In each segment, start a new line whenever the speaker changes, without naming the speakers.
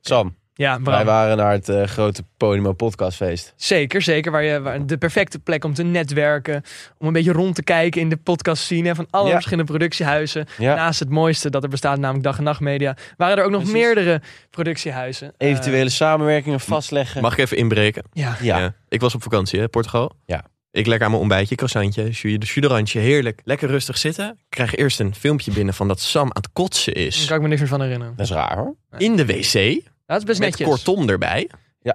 Sam,
Ja,
wij
Bram.
waren naar het eh, grote Podimo podcastfeest.
Zeker, zeker. Waar je, waar de perfecte plek om te netwerken. Om een beetje rond te kijken in de podcast scene van alle
Ja.
verschillende productiehuizen.
Ja.
Naast het mooiste dat er bestaat, namelijk Dag en Nacht Media, waren er ook nog
Precies.
meerdere productiehuizen. Eh,
Eventuele samenwerkingen vastleggen.
Mag ik even inbreken?
ja.
ja.
Ik was op vakantie, hè, Portugal.
Ja.
Ik lekker aan mijn ontbijtje, croissantje, ju- de chuderantje, heerlijk. Lekker rustig zitten. Ik krijg eerst een filmpje binnen van dat Sam aan het kotsen
Daar
is.
kan ik me niks meer van herinneren.
Dat is raar hoor.
In de wc,
Dat is best
met
netjes.
kortom erbij.
Ik denk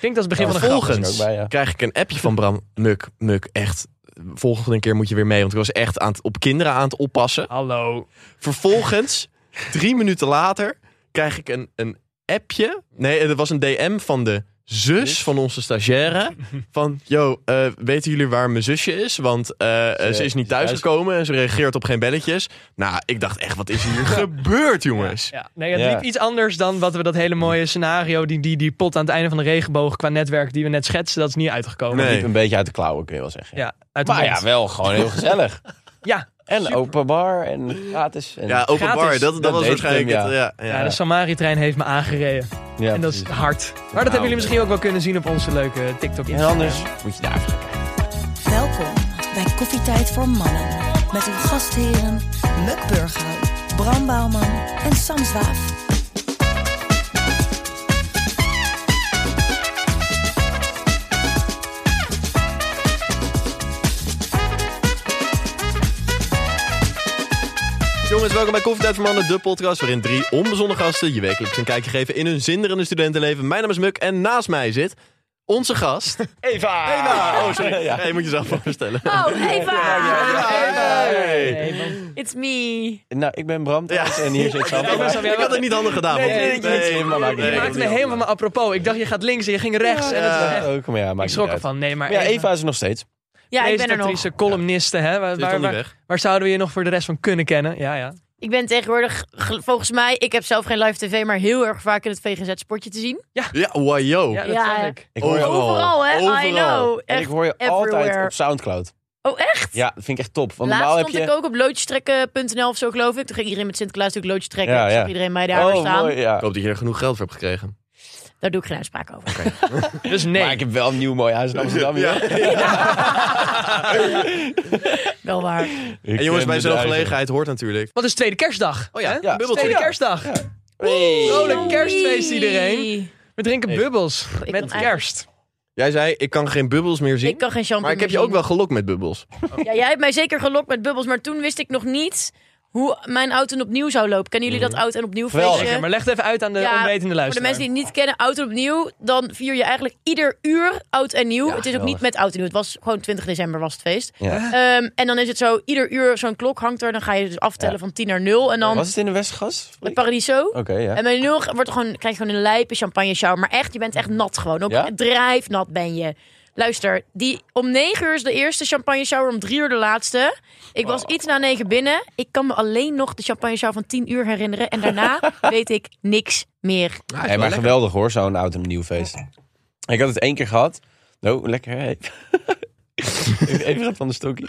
dat is het begin
Ja,
van een
vol-
grap.
grap is er
Vervolgens
ook bij, ja.
krijg ik een appje van Bram. Muk, muk, echt. Volgende keer moet je weer mee, want ik was echt aan het, op kinderen aan het oppassen.
Hallo.
Vervolgens, drie minuten later, krijg ik een, een appje. Nee, er was een DM van de zus van onze stagiaire. Van, yo, eh, weten jullie waar mijn zusje is? Want eh,
Ze-
ze is niet
ze is
thuisgekomen en ze reageert op geen belletjes. Nou, ik dacht echt, wat is hier gebeurd, jongens?
Ja, nee, het
Ja.
liep iets anders dan wat we dat hele mooie scenario, die, die, die pot aan het einde van de regenboog qua netwerk die we net schetsten, dat is niet uitgekomen.
Nee.
Liep een beetje uit de klauwen, kun je wel zeggen.
Ja, uit de
Maar
mond.
ja, wel gewoon heel gezellig.
ja,
En
Super.
open bar en gratis. En...
Ja, open
Gratis.
bar, dat, dat,
Dat
was
deed
waarschijnlijk
hem,
het. Ja, ja. dus-
ja, de Samari-trein heeft me aangereden.
Ja,
en dat is
precies.
hard. Maar dat hebben jullie misschien ook wel kunnen zien op onze leuke TikTok.
En anders moet je daar even gaan kijken.
Welkom bij Koffietijd voor Mannen. Met uw gastheren Muk Burghuis, Bram Bouwman en Sam Zwaaf.
Jongens, welkom bij Koffietijd voor Mannen, de podcast waarin drie onbezonnen gasten je wekelijks een kijkje geven in hun zinderende studentenleven. Mijn naam is Muk en naast mij zit onze gast.
Eva!
Eva! Oh, sorry.
Ja.
Ja. je moet jezelf voorstellen.
Oh, Eva!
Hey.
Nee, man.
It's me.
Nou, ik ben Bram thuis en hier zit Sam.
ik ben Sam.
Ik had het niet handig gedaan.
Nee,
want-
nee, nee,
nee, maar maakt niet
Je
uit.
maakte
ik had
me
het niet
helemaal van mijn apropos. Ik dacht, je gaat links en je ging rechts. en dat is echt-
ook, maar ja, maakt
ik schrok
niet uit.
ervan. Nee, maar
Maar ja,
Eva,
Eva is er nog steeds.
Ja, ik ben er nog.
presentatrice, columniste. Hè? Waar,
handig. Zit al
waar,
niet
waar,
weg.
waar zouden we je nog voor de rest van kunnen kennen? Ja, ja.
Ik ben tegenwoordig, gel- volgens mij, ik heb zelf geen live tv, maar heel erg vaak in het VGZ-sportje te zien.
Ja, wajo.
Ja, dat
Ja.
zag ik.
Ik hoor je,
Oh,
al.
Overal, hè? I
Overal.
know.
en ik
Echt.
hoor je altijd
everywhere.
op Soundcloud.
Oh, echt?
Ja, dat vind ik echt top. Want
Laatst
normaal heb
stond ik
je...
ook op loodjestrekken.nl of zo, geloof ik. Toen ging iedereen met Sinterklaas natuurlijk loodje trekken.
Ja,
Ik zag
ja.
iedereen mij daar
oh,
staan.
mooi, ja.
Ik hoop dat je er genoeg geld voor hebt gekregen.
Daar doe ik geen uitspraak over.
Dus nee.
Maar ik heb wel een nieuw mooi huis in Amsterdam. Ja.
Wel waar.
En jongens, bij zo'n gelegenheid hoort natuurlijk.
Wat is tweede kerstdag?
Oh ja,
hè?
ja.
bubbeltje.
Tweede
Ja.
kerstdag.
Hey.
Vrolijk kerstfeest iedereen.
Oei.
We drinken bubbels
ik kan
met
eigenlijk-
kerst.
Jij zei, ik kan geen bubbels meer zien.
Ik kan geen champagne
maar ik heb je
meer
ook wel gelokt met bubbels.
zien. Ja, jij hebt mij zeker gelokt met bubbels, maar toen wist ik nog niet hoe mijn oud en opnieuw zou lopen. Kennen jullie dat oud en opnieuw
Mhm. Geweldig. eh,
Lekker,
feestje?
maar leg het even uit aan de
Ja,
onwetende
Voor de
luisteraar.
mensen die het niet kennen, oud en opnieuw, dan vier je eigenlijk ieder uur oud en nieuw.
Ja,
het is ook
geweldig.
niet met oud en nieuw. Het was gewoon 20 december was het feest.
Ja.
Ehm, en dan is het zo, ieder uur zo'n klok hangt er. Dan ga je dus aftellen
Ja.
van 10 naar 0. En dan
Was het in de Westgas?
het
Oké,
paradiso.
ja.
En bij 0 wordt er gewoon, krijg je gewoon een lijpe champagne shower. Maar echt, je bent echt nat gewoon. Ook
Ja?
drijfnat ben je. Luister, die, om 9 uur is de eerste champagne shower, om 3 uur de laatste. Ik was iets na 9 binnen. Ik kan me alleen nog de champagne shower van 10 uur herinneren. En daarna weet ik niks meer.
Ja,
Hey, maar geweldig hoor, zo'n oud en nieuw feest. Ik had het één keer gehad. Oh, lekker. Hey. Even wat van de stokje.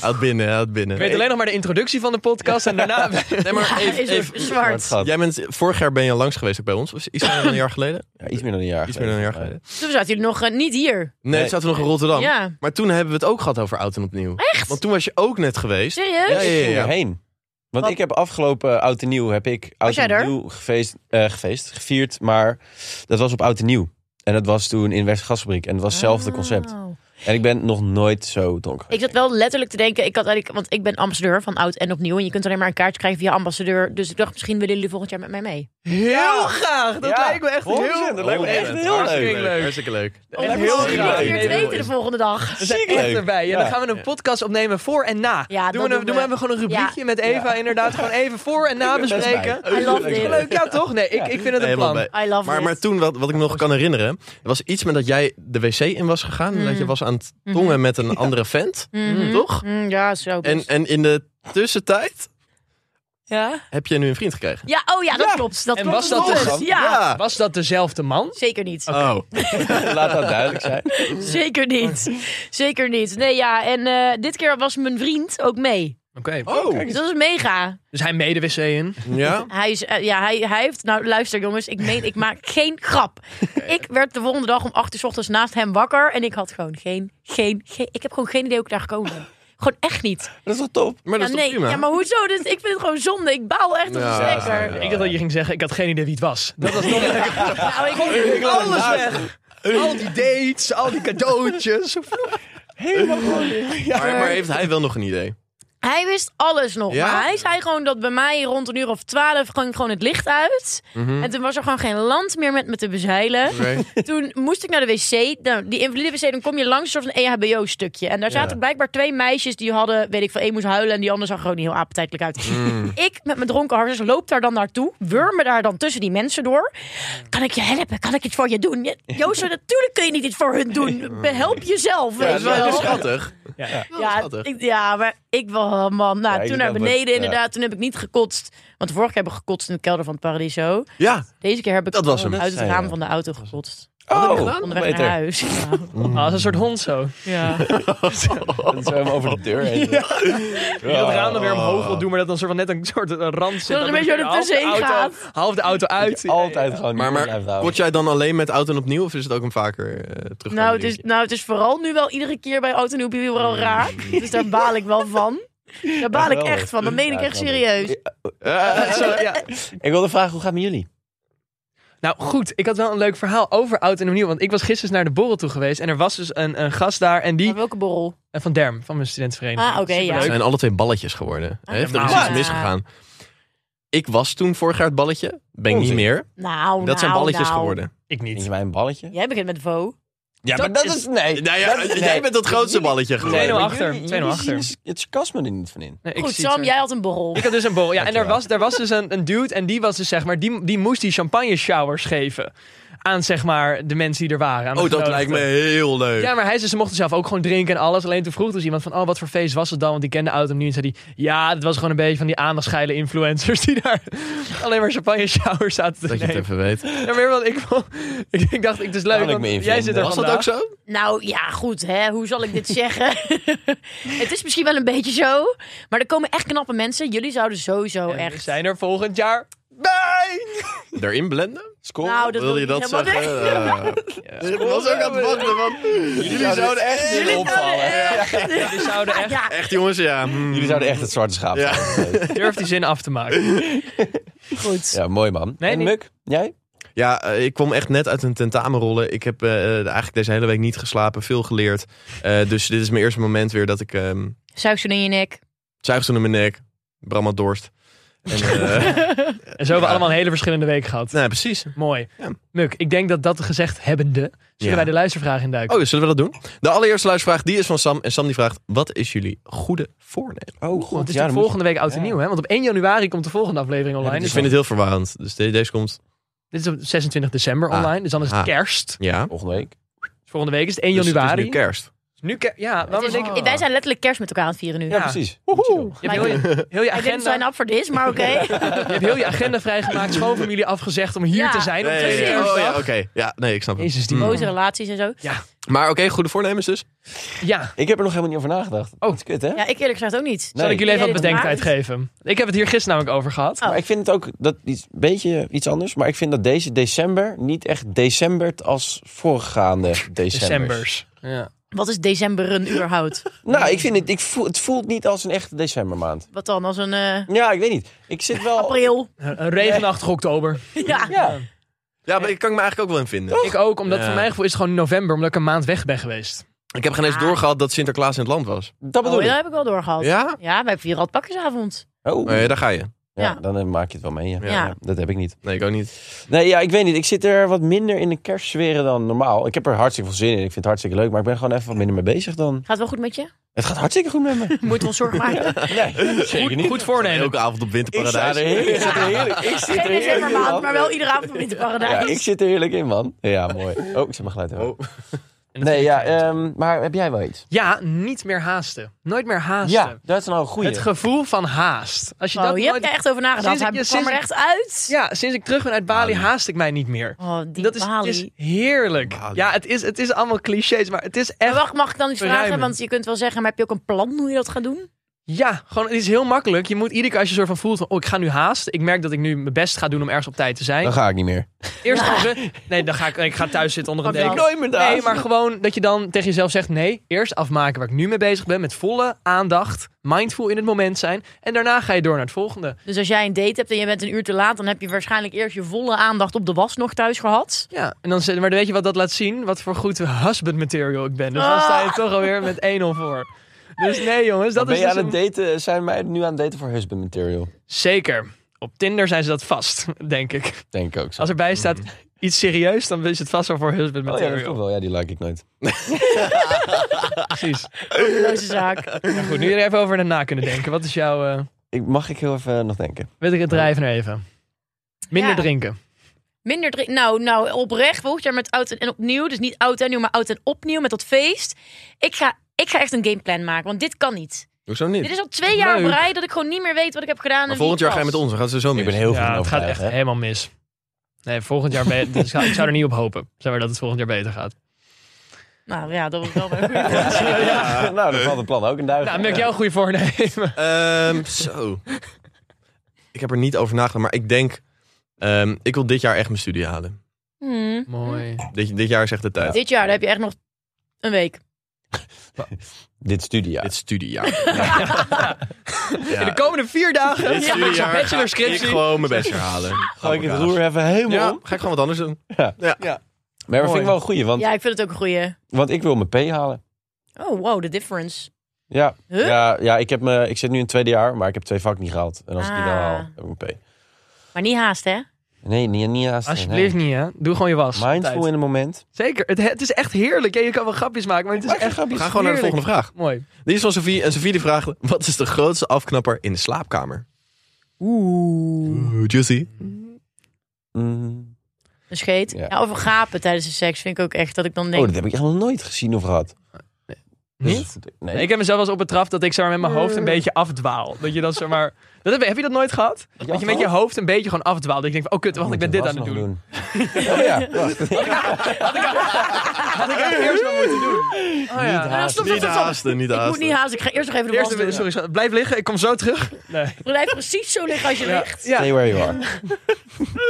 Houd binnen, houd binnen.
Ik weet alleen nog maar de introductie van de podcast en daarna...
Nee, maar
Ja,
even,
is er
even-
Maar
zwart.
het gaat.
Jij bent, vorig jaar ben je langs geweest ook bij ons. Of Iets meer dan een jaar geleden?
Ja, iets meer dan een jaar
Iets meer dan een jaar geleden.
Toen zaten jullie nog eh, niet hier.
Nee,
Nee.
het zaten we nog in Rotterdam.
Ja.
Maar toen hebben we het ook gehad over Oud en Opnieuw.
Echt?
Want toen was je ook net geweest.
Serieus?
Ja, ja,
Ik ging erheen. Want
Wat?
ik heb afgelopen oud en nieuw heb ik oud
jij
en
er?
nieuw gefeest, eh, gefeest, gevierd, maar dat was op oud en nieuw. En dat was toen in Westgasfabriek en het was hetzelfde concept.
Wauw.
En ik ben nog nooit zo donker.
Ah. Ik zat wel letterlijk te denken, ik had eigenlijk, want ik ben ambassadeur van oud en opnieuw. En je kunt alleen maar een kaartje krijgen via ambassadeur. Dus ik dacht, misschien willen jullie volgend jaar met mij mee.
Heel graag. Dat
Ja,
lijkt me Oh, echt heel...
100%. Dat lijkt me echt heel
Hartstikke
leuk.
leuk.
Hartstikke leuk.
Echt
heel
heel
leuk.
Oh, Ik wil
graag.
leuk.
hier het weten de volgende dag.
We zijn
Ziek
echt
leuk.
erbij. Ja, dan
Ja.
gaan we een podcast opnemen voor en na.
Ja,
doen, we
dat
een,
doen
doen we
we.
hebben gewoon een rubriekje met Eva. Inderdaad, gewoon even voor en na
Ik ben best
bespreken.
bij.
I love
Leuk,
it.
Leuk, ja toch? Nee, ik, ik vind het een
Helemaal
plan.
bij.
I love
Maar,
it.
maar toen, wat, wat ik me nog kan herinneren, er was iets met dat jij de wc in was gegaan. En dat je was aan het tongen met een andere vent.
Mm. Mhm.
Toch?
Mm, ja, zo.
En,
best.
en in de tussentijd
ja?
heb je nu een vriend gekregen.
ja, oh ja, dat klopt. Dat
En
klopt.
was dat
klopt.
dus dan?
Ja.
Ah.
Was dat dezelfde man?
Zeker niet.
Oh.
Laat dat duidelijk zijn.
Zeker niet. Zeker niet. Nee, ja. En eh, dit keer was mijn vriend ook mee.
Oh,
Dus dat is mega.
Dus hij mede wc in.
Ja?
Hij, is, eh, ja, hij, hij heeft... Nou, luister jongens. Ik meen, ik maak geen grap. Ik werd de volgende dag om acht uur 's ochtends naast hem wakker. En ik had gewoon geen, geen, geen... Ik heb gewoon geen idee hoe ik daar gekomen ben. Gewoon echt niet.
dat is wel top.
Maar dat
ja,
is toch
nee.
prima?
Ja, maar hoezo? Dus, ik vind het gewoon zonde. Ik baal echt op
Ja,
de stekker.
ja,
Ik dacht dat je ging zeggen, ik had geen idee wie het was. Dat was nog lekker.
Nou, ik,
Alles weg. Al die dates, al die cadeautjes.
Maar, maar heeft hij wel nog een idee?
Hij wist alles nog.
Ja?
Maar hij zei gewoon dat bij mij rond een uur of twaalf ging gewoon het licht uit.
Mhm.
En toen was er gewoon geen land meer met me te bezeilen.
Oké.
Toen moest ik naar de wc. Nou, die invalide wc, dan kom je langs een soort van E EHBO-stukje. En daar zaten blijkbaar twee meisjes die hadden, weet ik veel, één moest huilen en die ander zag gewoon niet heel appetijtelijk uit.
Mm.
Ik met mijn dronken hartjes loop daar dan naartoe, wurm me daar dan tussen die mensen door. Kan ik je helpen? Kan ik iets voor je doen? Ja, Joost, natuurlijk kun je niet iets voor hun doen. Help
Ja,
jezelf. weet
dat is
je
wel
wel.
heel schattig.
Ja.
Wel
Ja,
Oh, schattig.
ik, ja, maar ik wel, oh man. Nou,
Ja, ik
toen
vind
naar
dat
beneden
wel- ja.
inderdaad. Toen heb ik niet gekotst. Want de vorige keer heb ik gekotst in de kelder van het Paradiso.
Ja,
Deze keer heb ik
Dat was hem.
gewoon uit het
Dat zei
raam
je.
van de auto gekotst.
Oh,
Onderweg naar
beter.
huis. Ja.
Als een soort hond zo.
Ja.
Dat is hem over de deur heen.
Die dat raam dan weer omhoog wil doen, maar dat dan soort van net een soort eh, rand zit.
er een
dan
beetje
weer
door de tussenin
half de auto-
gaat.
Half de auto uit.
Altijd gewoon
maar, maar
blijft houden.
kot jij dan alleen met auto en opnieuw of is het ook een vaker eh terug?
Nou, het is, nou, het is vooral nu wel iedere keer bij auto en Opiel wel raak. Dus daar baal ik wel van. Daar baal ik
geweldig.
echt van. Dat meen ik
Ja,
echt
grappig.
serieus.
Zo, ja.
Ik wilde vragen, hoe gaat het met jullie?
Nou goed, ik had wel een leuk verhaal over oud en nieuw. Want ik was gisteren naar de borrel toe geweest. En er was dus een, een gast daar. En die.
Maar welke borrel?
eh, Van Derm, van mijn studentenvereniging.
Ah, oké, ja.
Superleuk.
Het zijn alle twee balletjes geworden.
Ah,
Heeft er is
normaal.
iets misgegaan. Ik was toen vorig jaar het balletje. Ben ik niet
Onzin.
meer.
Nou,
Dat zijn
nou,
balletjes
nou.
geworden.
Ik
Niet
niet.
mij een balletje?
Jij begint met Vo.
Ja,
Dat
maar dat
is-
is... Nee,
Nou ja,
dat-
jij
nee.
bent het grootste balletje geworden.
2-0
maar
achter,
jullie-
2-0
jullie
achter. Nou,
zien Het sarcasme er niet van in.
Nee, ik
Goed,
zie het
Sam,
zo.
jij had een borrel.
Ik had dus een borrel. Ja, en er
Dankjewel.
was, er was dus een, een dude. En die was dus zeg maar. Die, die moest die champagne showers geven. Aan zeg maar de mensen die er waren. aan de
Oh, dat
genodigden.
lijkt me heel leuk.
Ja, maar hij zei, ze mochten zelf ook gewoon drinken en alles. Alleen toen vroeg dus iemand van, oh, wat voor feest was het dan? Want die kende auto nu. En zei hij, ja, het was gewoon een beetje van die aandachtscheile influencers die daar alleen maar champagne showers zaten te
Dat je het
nemen.
even weet.
Ja, maar want ik, vond- ik, ik dacht, het is
Kan
leuk,
ik
want
me
jij
invinden?
zit er
Was dat
vandaag.
ook zo?
Nou ja, goed, hè? hoe zal ik dit zeggen? het is misschien wel een beetje zo, maar er komen echt knappe mensen. Jullie zouden sowieso
En we
echt.
zijn er volgend jaar.
Daarin blenden?
Score?
Nou, dat
Wil je
ik
dat
niet helemaal
zeggen?
zeggen.
Eh, Ik was ook aan het wachten, want jullie zouden echt...
Jullie opvallen.
Jullie zouden echt,
Ah, Ja,
Echt jongens, ja. hmm.
Jullie zouden echt het zwarte schaap
Ja.
zijn. Ja,
durf die zin af te maken.
goed.
mooi man.
Nee,
en
niet.
Muk, jij?
Ja, eh, ik kwam echt net uit een tentamenrollen. Ik heb eh, eh, eigenlijk deze hele week niet geslapen, veel geleerd. Eh, dus dit is mijn eerste moment weer dat ik ehm
Suikzoen in je nek.
zuigzoen in mijn nek, Bram had dorst. En, eh,
En zo hebben we allemaal een hele verschillende week gehad.
nou, precies.
Mooi.
Ja.
Muk, ik denk dat dat gezegd hebbende, zullen
Ja.
wij de luistervraag induiken?
Oh, dus zullen we dat doen? De allereerste luistervraag, die is van Sam. En Sam die vraagt, wat is jullie goede voornemen?
Oh,
Want het is toch volgende week oud en
ja.
nieuw, hè? Want op 1 januari komt de volgende aflevering online.
dat
Ik
dus
is
vind
dan-
het heel verwarrend. Dus de- deze komt,
Dit is op 26 december
Ah.
online, dus dan is het
Ah.
kerst.
ja.
Volgende week.
Dus volgende week is het 1
Dus het is
januari.
nu kerst.
nu kerst. Ja,
Het
waarom
is-
denk ik...
Wij zijn letterlijk kerst met elkaar aan het vieren nu.
Ja,
Ja.
precies.
Je hebt heel je, heel je
I didn't sign
agenda,
up for this, maar oké.
je hebt heel je agenda vrijgemaakt, schoonfamilie afgezegd om hier
Ja.
te zijn. Op
Nee,
tweede
nee, nee.
kerstdag.
Oh, ja, oké. Ja, nee, ik snap het.
Jezus, die
Hmm.
Boze relaties en zo.
Maar oké, goede voornemens dus.
Ja,
Ik heb er nog helemaal niet over nagedacht. Oh, het is kut, hè?
Ja, ik eerlijk gezegd ook niet.
zal
Nee.
ik jullie even
Jij
wat
dit
bedenktijd
maakt?
geven? Ik heb het hier gisteren namelijk over gehad.
Oh.
Maar ik vind het ook dat iets, beetje iets anders. Maar ik vind dat deze december niet echt decembert als voorgaande decembers.
Decembers. Ja.
Wat is decemberen überhaupt?
Nou, ik vind het, ik voel, het voelt niet als een echte decembermaand.
Wat dan, als een eh,
Ja, ik weet niet. Ik zit wel...
april?
Een regenachtig oktober.
Ja.
Ja,
Ja, maar ik kan ik me eigenlijk ook wel in vinden.
Ik ook, omdat
Ja.
voor mijn gevoel is het gewoon november, omdat ik een maand weg ben geweest.
Ik heb geen eens doorgehad dat Sinterklaas in het land was.
dat
Oh,
bedoel
dat
ik.
heb ik wel doorgehad.
Ja?
Ja, wij vieren al het pakjesavond.
Oh,
Nee, daar ga je.
ja, dan eh, maak je het wel mee. Ja.
Ja.
Ja, dat heb ik niet.
Nee, ik ook niet.
Nee, ja, ik weet niet. Ik zit er wat minder in de kerstsferen dan normaal. Ik heb er hartstikke veel zin in. Ik vind het hartstikke leuk. Maar ik ben gewoon even wat minder mee bezig dan.
Gaat wel goed met je?
Het gaat hartstikke goed met me.
Moeten we ons zorgen maken?
Nee, zeker niet.
Goed voornemen.
Elke avond op
Ik sta er
winterparadijs.
heerlijk, ik zit er heerlijk, ik zit er
Geen
heerlijk in,
decembermaand,
man.
maar wel iedere avond in het
Ja, ik
paradijs.
zit er heerlijk in, man. Ja, mooi. Oh, ik zet mijn geluid even.
Oh.
Nee, ja, ehm, maar heb jij wel iets?
Ja, niet meer haasten. Nooit meer haasten.
Ja, dat is nou een
Het
goede.
gevoel van haast. Als je
Oh,
dat
je hebt
nooit-
er echt over nagedacht.
Sinds ik-
Hij
ja,
kwam er echt uit.
Ja, sinds ik terug ben uit Bali haast ik mij niet meer.
Oh, die
dat is, het
Bali.
is heerlijk.
Bali.
Ja, het is, het is allemaal clichés, maar het is echt...
En wacht, mag ik dan iets vragen?
Verruimen.
Want je kunt wel zeggen, maar heb je ook een plan hoe je dat gaat doen?
Ja, gewoon, het is heel makkelijk. Je moet iedere keer als je soort van voelt van, oh, ik ga nu haast. Ik merk dat ik nu mijn best ga doen om ergens op tijd te zijn.
Dan ga ik niet meer.
Eerst even, nee, dan ga ik, ik ga thuis zitten onder een
Afbouwen.
deken.
Oh, Nooit meer daar.
Nee, maar gewoon dat je dan tegen jezelf zegt: nee, eerst afmaken waar ik nu mee bezig ben. Met volle aandacht. Mindful in het moment zijn. En daarna ga je door naar het volgende.
Dus als jij een date hebt en je bent een uur te laat, dan heb je waarschijnlijk eerst je volle aandacht op de was nog thuis gehad.
Ja, en dan, zit- maar dan weet je wat dat laat zien? Wat voor goed husband material ik ben. Dus dan sta je toch alweer met 1-0 voor. Dus nee, jongens, dat
Ah. ben
is
je
dus
aan
een-
het daten, zijn wij nu aan het daten voor husband material?
Zeker. Op Tinder zijn ze dat vast, denk ik.
Denk ik ook zo.
Als erbij staat iets serieus, dan is het vast wel voor husband
Mhm. Oh ja, dat
material.
klopt wel. Ja, die like ik nooit.
Precies.
Loze zaak.
Nou goed, nu er even over na kunnen denken. Wat is jouw... eh
Ik, mag ik heel even nog denken?
wil ik het drijven naar even? Minder
Ja.
drinken.
Minder drinken. Nou, nou, oprecht. Volgend jaar met oud en opnieuw. Dus niet oud en nieuw, maar oud en opnieuw met dat feest. Ik ga, ik ga echt een gameplan maken, want dit kan niet.
Hoezo
Dit
niet?
is al twee jaar op
Leuk.
rij dat ik gewoon niet meer weet wat ik heb gedaan.
Maar
en
volgend
wie
jaar
ik
ga je met
was.
ons. Dan gaat het sowieso
Ik
mis.
ben heel veel
Ja,
van
het gaat
overtuigd,
echt
hè?
helemaal mis. Nee, volgend jaar beter. dus ik zou- ik zou er niet op hopen. Zeg maar dat het volgend jaar beter gaat.
Nou ja, dat was wel een goede vraag.
nou, dan valt het plan ook een duivel.
Nou, merk jij een goede voornemen.
Ehm, zo. Ik heb er niet over nagedacht, maar ik denk... ehm, ik wil dit jaar echt mijn studie halen.
Hmm.
Mooi.
Dit, dit jaar is echt de tijd.
Dit jaar daar heb je echt nog een week.
Dit studiejaar.
Dit studiejaar. Ja.
In de komende vier dagen.
Dit
Ja,
studiejaar
zo'n
ga ik
bachelorscriptie.
gewoon mijn bachelor halen.
Gooi ik
Gewoon
het roer even helemaal
Ja,
om.
ga ik gewoon wat anders doen.
Maar dat vind ik
Mooi.
wel een goeie, want,
Ja, ik vind het ook een goeie.
want ik wil mijn P halen.
Oh, wow, de difference.
Ja,
Huh?
ja, ja ik, heb me, ik zit nu in het tweede jaar, maar ik heb twee vakken niet gehaald. En als ik die wel
Ah.
haal, heb ik mijn P.
Maar niet haast, hè?
Nee, niet, niet haast.
Alsjeblieft niet, hè. Doe gewoon je was. op
Mindful
tijd.
in een moment.
Zeker. Het, het is echt heerlijk. Ja, je kan wel grapjes maken, maar het is echt...
We gaan gewoon naar de volgende vraag.
Mooi.
Die is van Sofie. En Sofie die vraagt... Wat is de grootste afknapper in de slaapkamer? Oeh, juicy.
Mm.
Een scheet.
Ja.
Ja. of een gapen tijdens de seks vind ik ook echt dat ik dan
Oh,
denk...
dat heb ik echt nog nooit gezien of gehad. Dus-
Niet?
Nee.
Ik heb mezelf wel eens op betrapt dat ik zeg maar, met mijn hoofd een beetje afdwaal. Dat je dan zeg maar... Dat heb, heb je dat nooit gehad? Dat je met je hoofd een beetje gewoon afdwaalt. Dat je denkt van, oh kut, wacht, ik ben dit aan het doen.
Oh ja, wacht.
Had ik dat eerst maar moeten doen. Oh, ja.
Ah, stop, stop,
Niet
stop, stop.
haasten, niet
Ik
haasten.
moet niet haasten. Ik ga eerst nog even de was
Eerst,
doen.
sorry, sorry, blijf liggen. Ik kom zo terug. Nee.
Blijf precies zo liggen als je ligt.
Ja.
Stay where you are.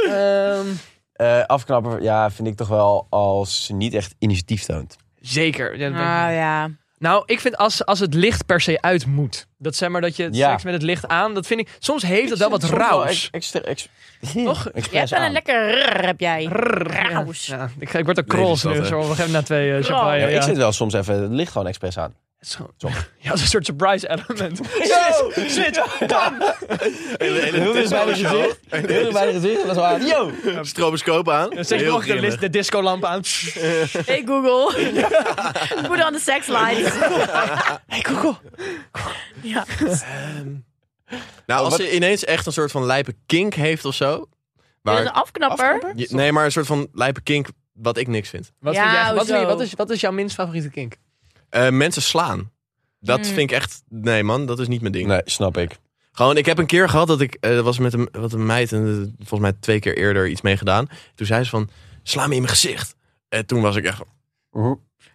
Ehm,
Eh, afknapper, ja, vind ik toch wel als ze niet echt initiatief toont.
zeker. Ja, dat denk ik.
Nou ja.
Nou, ik vind als, als het licht per se uit moet. Dat zeg maar dat je
Ja.
seks met het licht aan. Dat vind ik. Soms heeft het wel wat
Soms wel
raus.
ex- extra- ex-
Toch?
Jij
expres
hebt wel
aan.
een lekker rrr, heb jij.
Brrr, ja.
Raus.
Ja, ik, ik word er krols
Nee,
nu.
dat is
Zo,
dat,
op een gegeven moment na twee eh, champagne.
Ja,
Ja,
Ik zit wel soms even het licht gewoon expres aan.
Zo- ja, dat is een soort surprise element. Shit, shit.
Heel dicht bij je gezicht. Heel dicht bij je gezicht. En dan zo aan. Yo!
Stroboscoop aan.
Dan zet je nog de, lis- de discolamp aan.
Hey Google. Put on the sex lights.
Hey, Google.
Ja.
Nou, als
wat-
ze ineens echt een soort van lijpe kink heeft of zo.
Is dat een
Waar,
afknapper?
je- nee, maar een soort van lijpe kink wat ik niks vind.
Wat,
Ja,
vind jij, wat,
hoezo?
vind je- wat, is, wat is jouw minst favoriete kink?
Eh, mensen slaan. Dat
Mm.
vind ik echt... Nee man, dat is niet mijn ding.
Nee, snap ik.
Gewoon, ik heb een keer gehad dat ik... eh, dat was met een, wat een meid en eh, volgens mij twee keer eerder iets mee gedaan. Toen zei ze van, sla me in mijn gezicht. En toen was ik echt...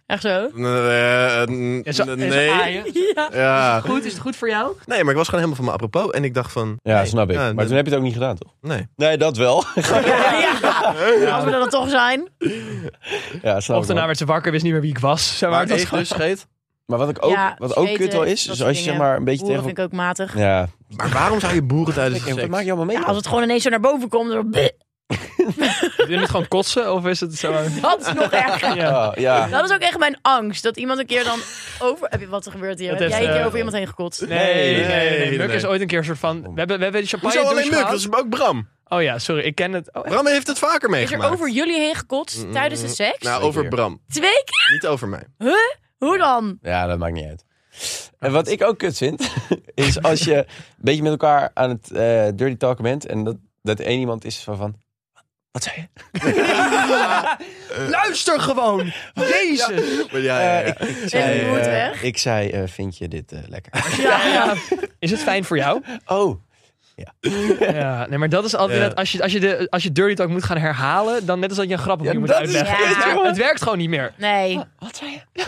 Echt zo?
eh, eh, n-
Ja, zo- en zo
nee.
aaien.
Ja.
Ja.
Goed, is het goed voor jou?
Nee, maar ik was gewoon helemaal van me apropos. En ik dacht van,
Ja, snap ik.
Ja,
Maar
dat-
toen heb je het ook niet gedaan, toch?
nee.
Nee, dat wel.
Ja, Als we er dan toch zijn.
Ja, snap
Of
ik
daarna
wel.
werd ze wakker, wist niet meer wie ik was. Zeg maar,
Maar
het was
ik
gewoon-
dus scheet.
Maar wat, ik ook,
Ja,
wat ook
zweten,
kut wel is,
dat
is
soort
als je zeg
dingen.
maar een beetje
Boeren
tegen...
vind ik ook matig.
Ja.
Maar waarom zou je boeren tijdens de
Wat
seks?
maak je allemaal mee?
Ja, als het gewoon ineens zo naar boven komt, dan...
Doe je het gewoon kotsen? Of is het zo...
Dat is nog erger.
Ja.
Oh, ja.
Dat is ook echt mijn angst. Dat iemand een keer dan over... Heb je wat er gebeurt hier?
Dat
Heb
heeft,
jij een keer
eh,
over iemand heen gekotst?
Nee, nee, nee.
nee,
Muk
nee.
is ooit een keer een soort van... We hebben, we hebben de champagne
Hoezo alleen
douche
Muk? Dat
gehad.
is ook Bram.
Oh ja, sorry. Ik ken het. Oh, echt?
Bram heeft het vaker
Is er
meegemaakt.
over jullie heen gekotst tijdens de seks?
Nou,
Twee
over
keer.
Bram.
Twee keer?
Niet over mij.
Hoe dan?
Ja, dat maakt niet uit. En wat ik ook kut vind, is als je een beetje met elkaar aan het eh, dirty talken bent en dat, dat één iemand is van, van wat zei je?
Luister gewoon! Jezus!
Maar ja, ja, ja.
Eh, ik, ik
En
zei,
hoe het
eh,
weg?
ik zei eh, vind je dit eh, lekker?
Ja, ja.
Is het fijn voor jou?
Oh,
Ja, nee, maar dat is altijd
Ja.
dat als je, als, je de, als je Dirty Talk moet gaan herhalen, dan net als dat je een grap opnieuw
Ja,
moet
dat is
uitleggen.
het,
Het-
jongen.
Het werkt gewoon niet meer.
Nee.
Wat zei je?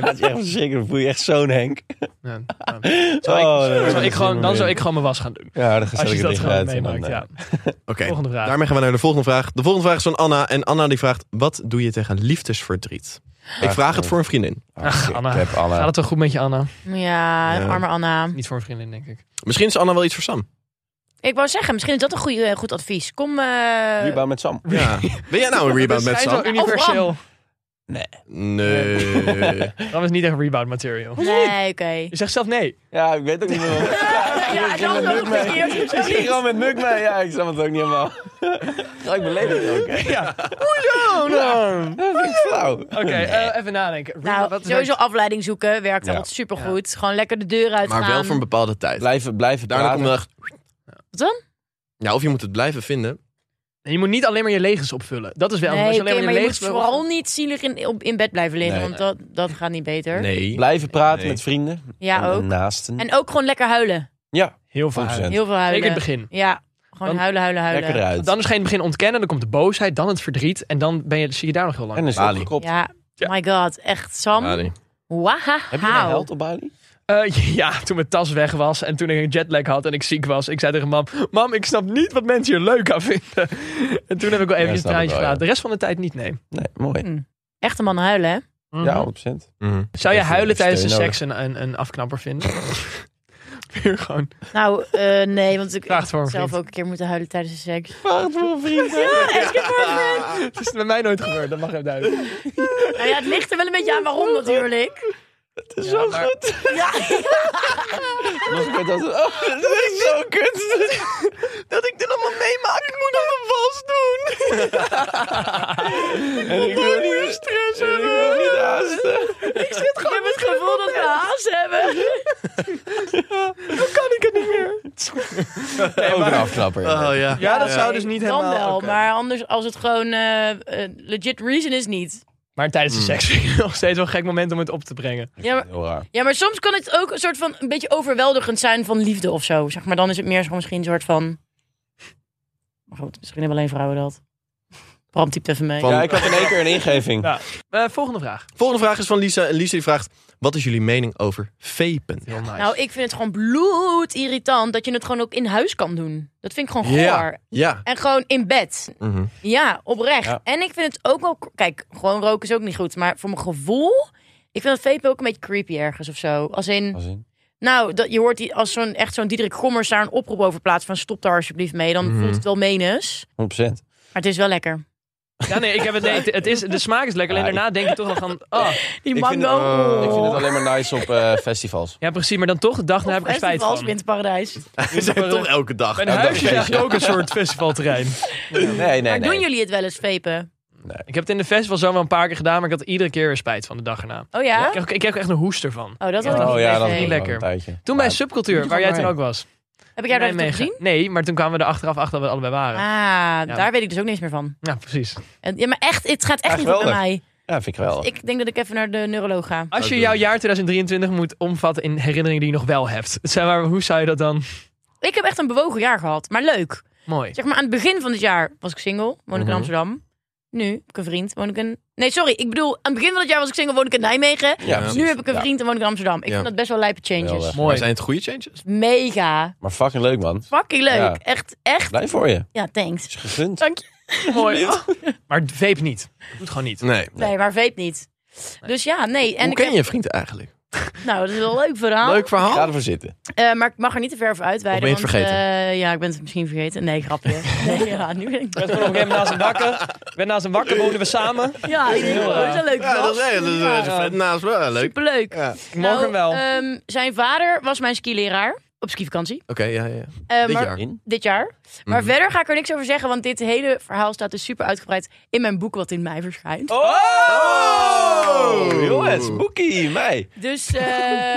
Dat is echt verschrikkelijk. Dan voel je echt zo'n Henk.
ja.
Zou
Dan zou ik gewoon, dan zou ik gewoon mijn was gaan doen.
Ja, dan ga
Als
ik
je
er
dat
niet
gewoon
uit. en dan,
meemaakt,
eh,
ja.
Oké,
Volgende vraag.
daarmee gaan we naar de volgende vraag. De volgende vraag is van Anna. En Anna die vraagt, wat doe je tegen liefdesverdriet? Ik vraag het voor een vriendin.
Ach,
ik
Anna.
heb Anna.
Gaat het wel goed met je, Anna?
Ja,
Ja.
arme Anna.
Niet voor een vriendin, denk ik.
Misschien is Anna wel iets voor Sam.
Ik wou zeggen, misschien is dat een goede, goed advies. Kom, eh,
Rebound met Sam.
Ja. Ben jij nou een rebound met
Zijn zo
Sam?
universeel.
Nee.
Dat is niet echt rebound material.
Nee, oké.
Je zegt zelf nee.
Ja, ik weet ook niet meer. wat-
Ja,
ik ging met Muk mee. Ik ging gewoon met Muk mee. Ja, ik snap het ook niet helemaal. Ja, ik beleef het ook. hè.
Ja.
Dat vind ik flauw.
Oké, eh, even nadenken. Rebound,
Nou,
wat is
sowieso afleiding zoeken werkt
Ja.
altijd supergoed. Gewoon lekker de deur uitgaan.
Maar wel voor een bepaalde tijd.
Blijven, blijven
Daarna komt
praten.
er echt...
Wat dan?
Ja, of je moet het blijven vinden.
En je moet niet alleen maar je legens opvullen. Dat is wel. want als
Nee,
je
oké,
alleen
maar
je
je moet
legens wil-
vooral niet zielig in, op, in bed blijven liggen,
Nee.
want dat, dat gaat niet beter.
Nee.
Blijven praten
Nee.
met vrienden. en
Ja, ook.
naasten.
En ook gewoon lekker huilen.
ja,
Heel veel. huilen.
100%.
Heel veel
Zeker in
huilen.
het begin.
Ja, gewoon
Dan-
huilen, huilen,
lekker
huilen.
eruit.
Dan is geen begin ontkennen, dan komt de boosheid, dan het verdriet en dan ben je, zie je daar nog heel lang.
en is het
Bali.
opgekopt.
Ja,
Ja.
my god. Echt, Sam.
Ja, nee.
Heb je een
Wauw.
held op Bali?
Eh, ja, toen mijn tas weg was en toen ik een jetlag had en ik ziek was, ik zei tegen mam: Mam, ik snap niet wat mensen hier leuk aan vinden. En toen heb ik wel even
Ja,
een
snap ik
traantje
wel,
gelaten.
ja.
De rest van de tijd niet, nee.
Nee, mooi.
Echt een man huilen, hè?
Mhm.
Ja, 100%.
Mhm.
Zou je
Even
huilen tijdens de
steun
seks een, een, een afknapper vinden? Weer gewoon.
Nou, eh, nee, want ik
Vraag
heb
het voor een
zelf
vriend.
ook een keer moeten huilen tijdens de seks.
Het is bij mij nooit gebeurd, dat mag even duidelijk.
Nou ja, het ligt er wel een beetje aan waarom natuurlijk.
Zo goed.
Nog een keer dat... Oh, dat is zo kut. Dat ik dit allemaal meemaak. Ik moet dat vals doen. en ik wil niet stressen. Ik wil niet haasten.
Ik heb het gevoel dat we haast hebben.
Kan ik het niet meer?
Ook een afknapper.
Oh ja.
Ja, dat
Nee,
zou dus niet
dan
helemaal...
wel,
oké.
maar anders als het gewoon eh, eh, legit reason is niet.
Maar tijdens
Hmm.
de seks vind ik nog steeds wel een gek moment om het op te brengen.
Ja maar,
Heel raar.
ja, maar soms kan het ook een soort van een beetje overweldigend zijn van liefde of zo. Zeg maar dan is het meer zo misschien een soort van. Maar goed, misschien hebben alleen vrouwen dat. Bram typt even mee.
Van-
Ja, ik had in één keer een ingeving.
Ja. Eh, volgende vraag.
Volgende vraag is van Lisa. En Lisa die vraagt, wat is jullie mening over vapen?
Heel nice.
Nou, ik vind het gewoon bloed irritant dat je het gewoon ook in huis kan doen. Dat vind ik gewoon goor.
Ja. Ja.
En gewoon in bed.
Mhm.
Ja, oprecht.
Ja.
En ik vind het ook wel... Kijk, gewoon roken is ook niet goed. Maar voor mijn gevoel... Ik vind dat vapen ook een beetje creepy ergens of zo. Als in...
Als in-
Nou, dat, je hoort die, als zo'n echt zo'n Diederik Gommers daar een oproep over plaatst... van stop daar alsjeblieft mee. Dan
Mhm.
voelt het wel menens.
100%.
Maar het is wel lekker.
Ja, nee, ik heb het, nee, het, het is, de smaak is lekker. Alleen
Ja,
daarna denk je toch wel van... Oh,
Die
Ik vind-
mango.
oh,
Ik vind het alleen maar nice op eh, festivals.
ja, precies. Maar dan toch de dag daarna heb ik er spijt
Festivals,
van.
winterparadijs.
We zijn toch elke dag.
Mijn
Ja, dat
huisje is
weet
eigenlijk ook een soort festivalterrein.
Nee, nee, nee.
Maar doen jullie het wel eens vapen?
Ik heb het in de festival zo wel een paar keer gedaan, maar ik had iedere keer weer spijt van de dag erna.
Oh ja?
Ik, kreeg, ik kreeg echt een hoester van.
Oh, dat had ik
Oh,
niet
ja,
per
dat
se.
is niet lekker. Toen bij Subcultuur, waar jij toen ook was.
Heb ik jou daar even
Nijmegen.
gezien?
Nee, maar toen kwamen we er achteraf achter dat we allebei
Ah,
waren.
daar weet ik dus ook niks meer van.
Ja, precies.
En, ja, maar echt, het gaat echt
Ja,
niet goed
Ah,
bij
geweldig.
mij.
Ja, vind ik wel.
Ik denk dat ik even naar de neuroloog ga.
Als je
Ook
jouw
doen.
jaar 2023 moet omvatten in herinneringen die je nog wel hebt. Het zijn maar, hoe zou je dat dan?
Ik heb echt een bewogen jaar gehad, maar leuk.
Mooi.
Zeg maar aan het begin van het jaar was ik single, woon ik
Mhm.
in Amsterdam. Nu heb ik een vriend, woon ik in... Nee, sorry, ik bedoel, aan het begin van het jaar was ik single, woon ik in Nijmegen.
Ja, precies.
nu heb ik een
Ja.
vriend en woon ik in Amsterdam. Ik
Ja.
vind dat best wel lijpe changes.
Geweldig.
Maar
Mooi.
zijn het goede changes?
Mega.
Maar fucking leuk, man.
Fucking leuk.
Ja.
Echt, echt.
Blij voor je.
Ja, thanks.
Is gegund.
Dank je.
Mooi. Maar vape niet. Doe het gewoon niet.
Nee.
Nee, maar weet niet. Dus ja, nee. En
Hoe
ik
ken
heb-
je vrienden eigenlijk?
Nou, dat is wel een leuk verhaal.
Leuk verhaal.
Ga ervoor zitten.
Eh, maar ik mag er niet te ver over uitweiden.
Of ben je het
want,
vergeten?
eh, ja, ik ben het misschien vergeten. Nee, grapje. Nee, ja, nu ben ik...
Ik ben gewoon op een gegeven moment naast een wakker. Ik ben naast een wakker, wonen we samen.
Ja, ik denk wel, dat is wel leuk.
Ja, dat is,
gast.
dat is,
Ja.
dat is vet. naast wel eh, leuk.
Superleuk.
Ja.
Ik mag hem wel.
ehm, zijn vader was mijn skileraar op skivakantie.
Oké, ja, ja.
Eh,
Dit
maar,
jaar. Mhm.
In.
Dit jaar. Maar verder ga ik er niks over zeggen, want dit hele verhaal staat dus super uitgebreid in mijn boek wat in mei verschijnt.
Oh! Jongens, boekie, mij.
Dus eh,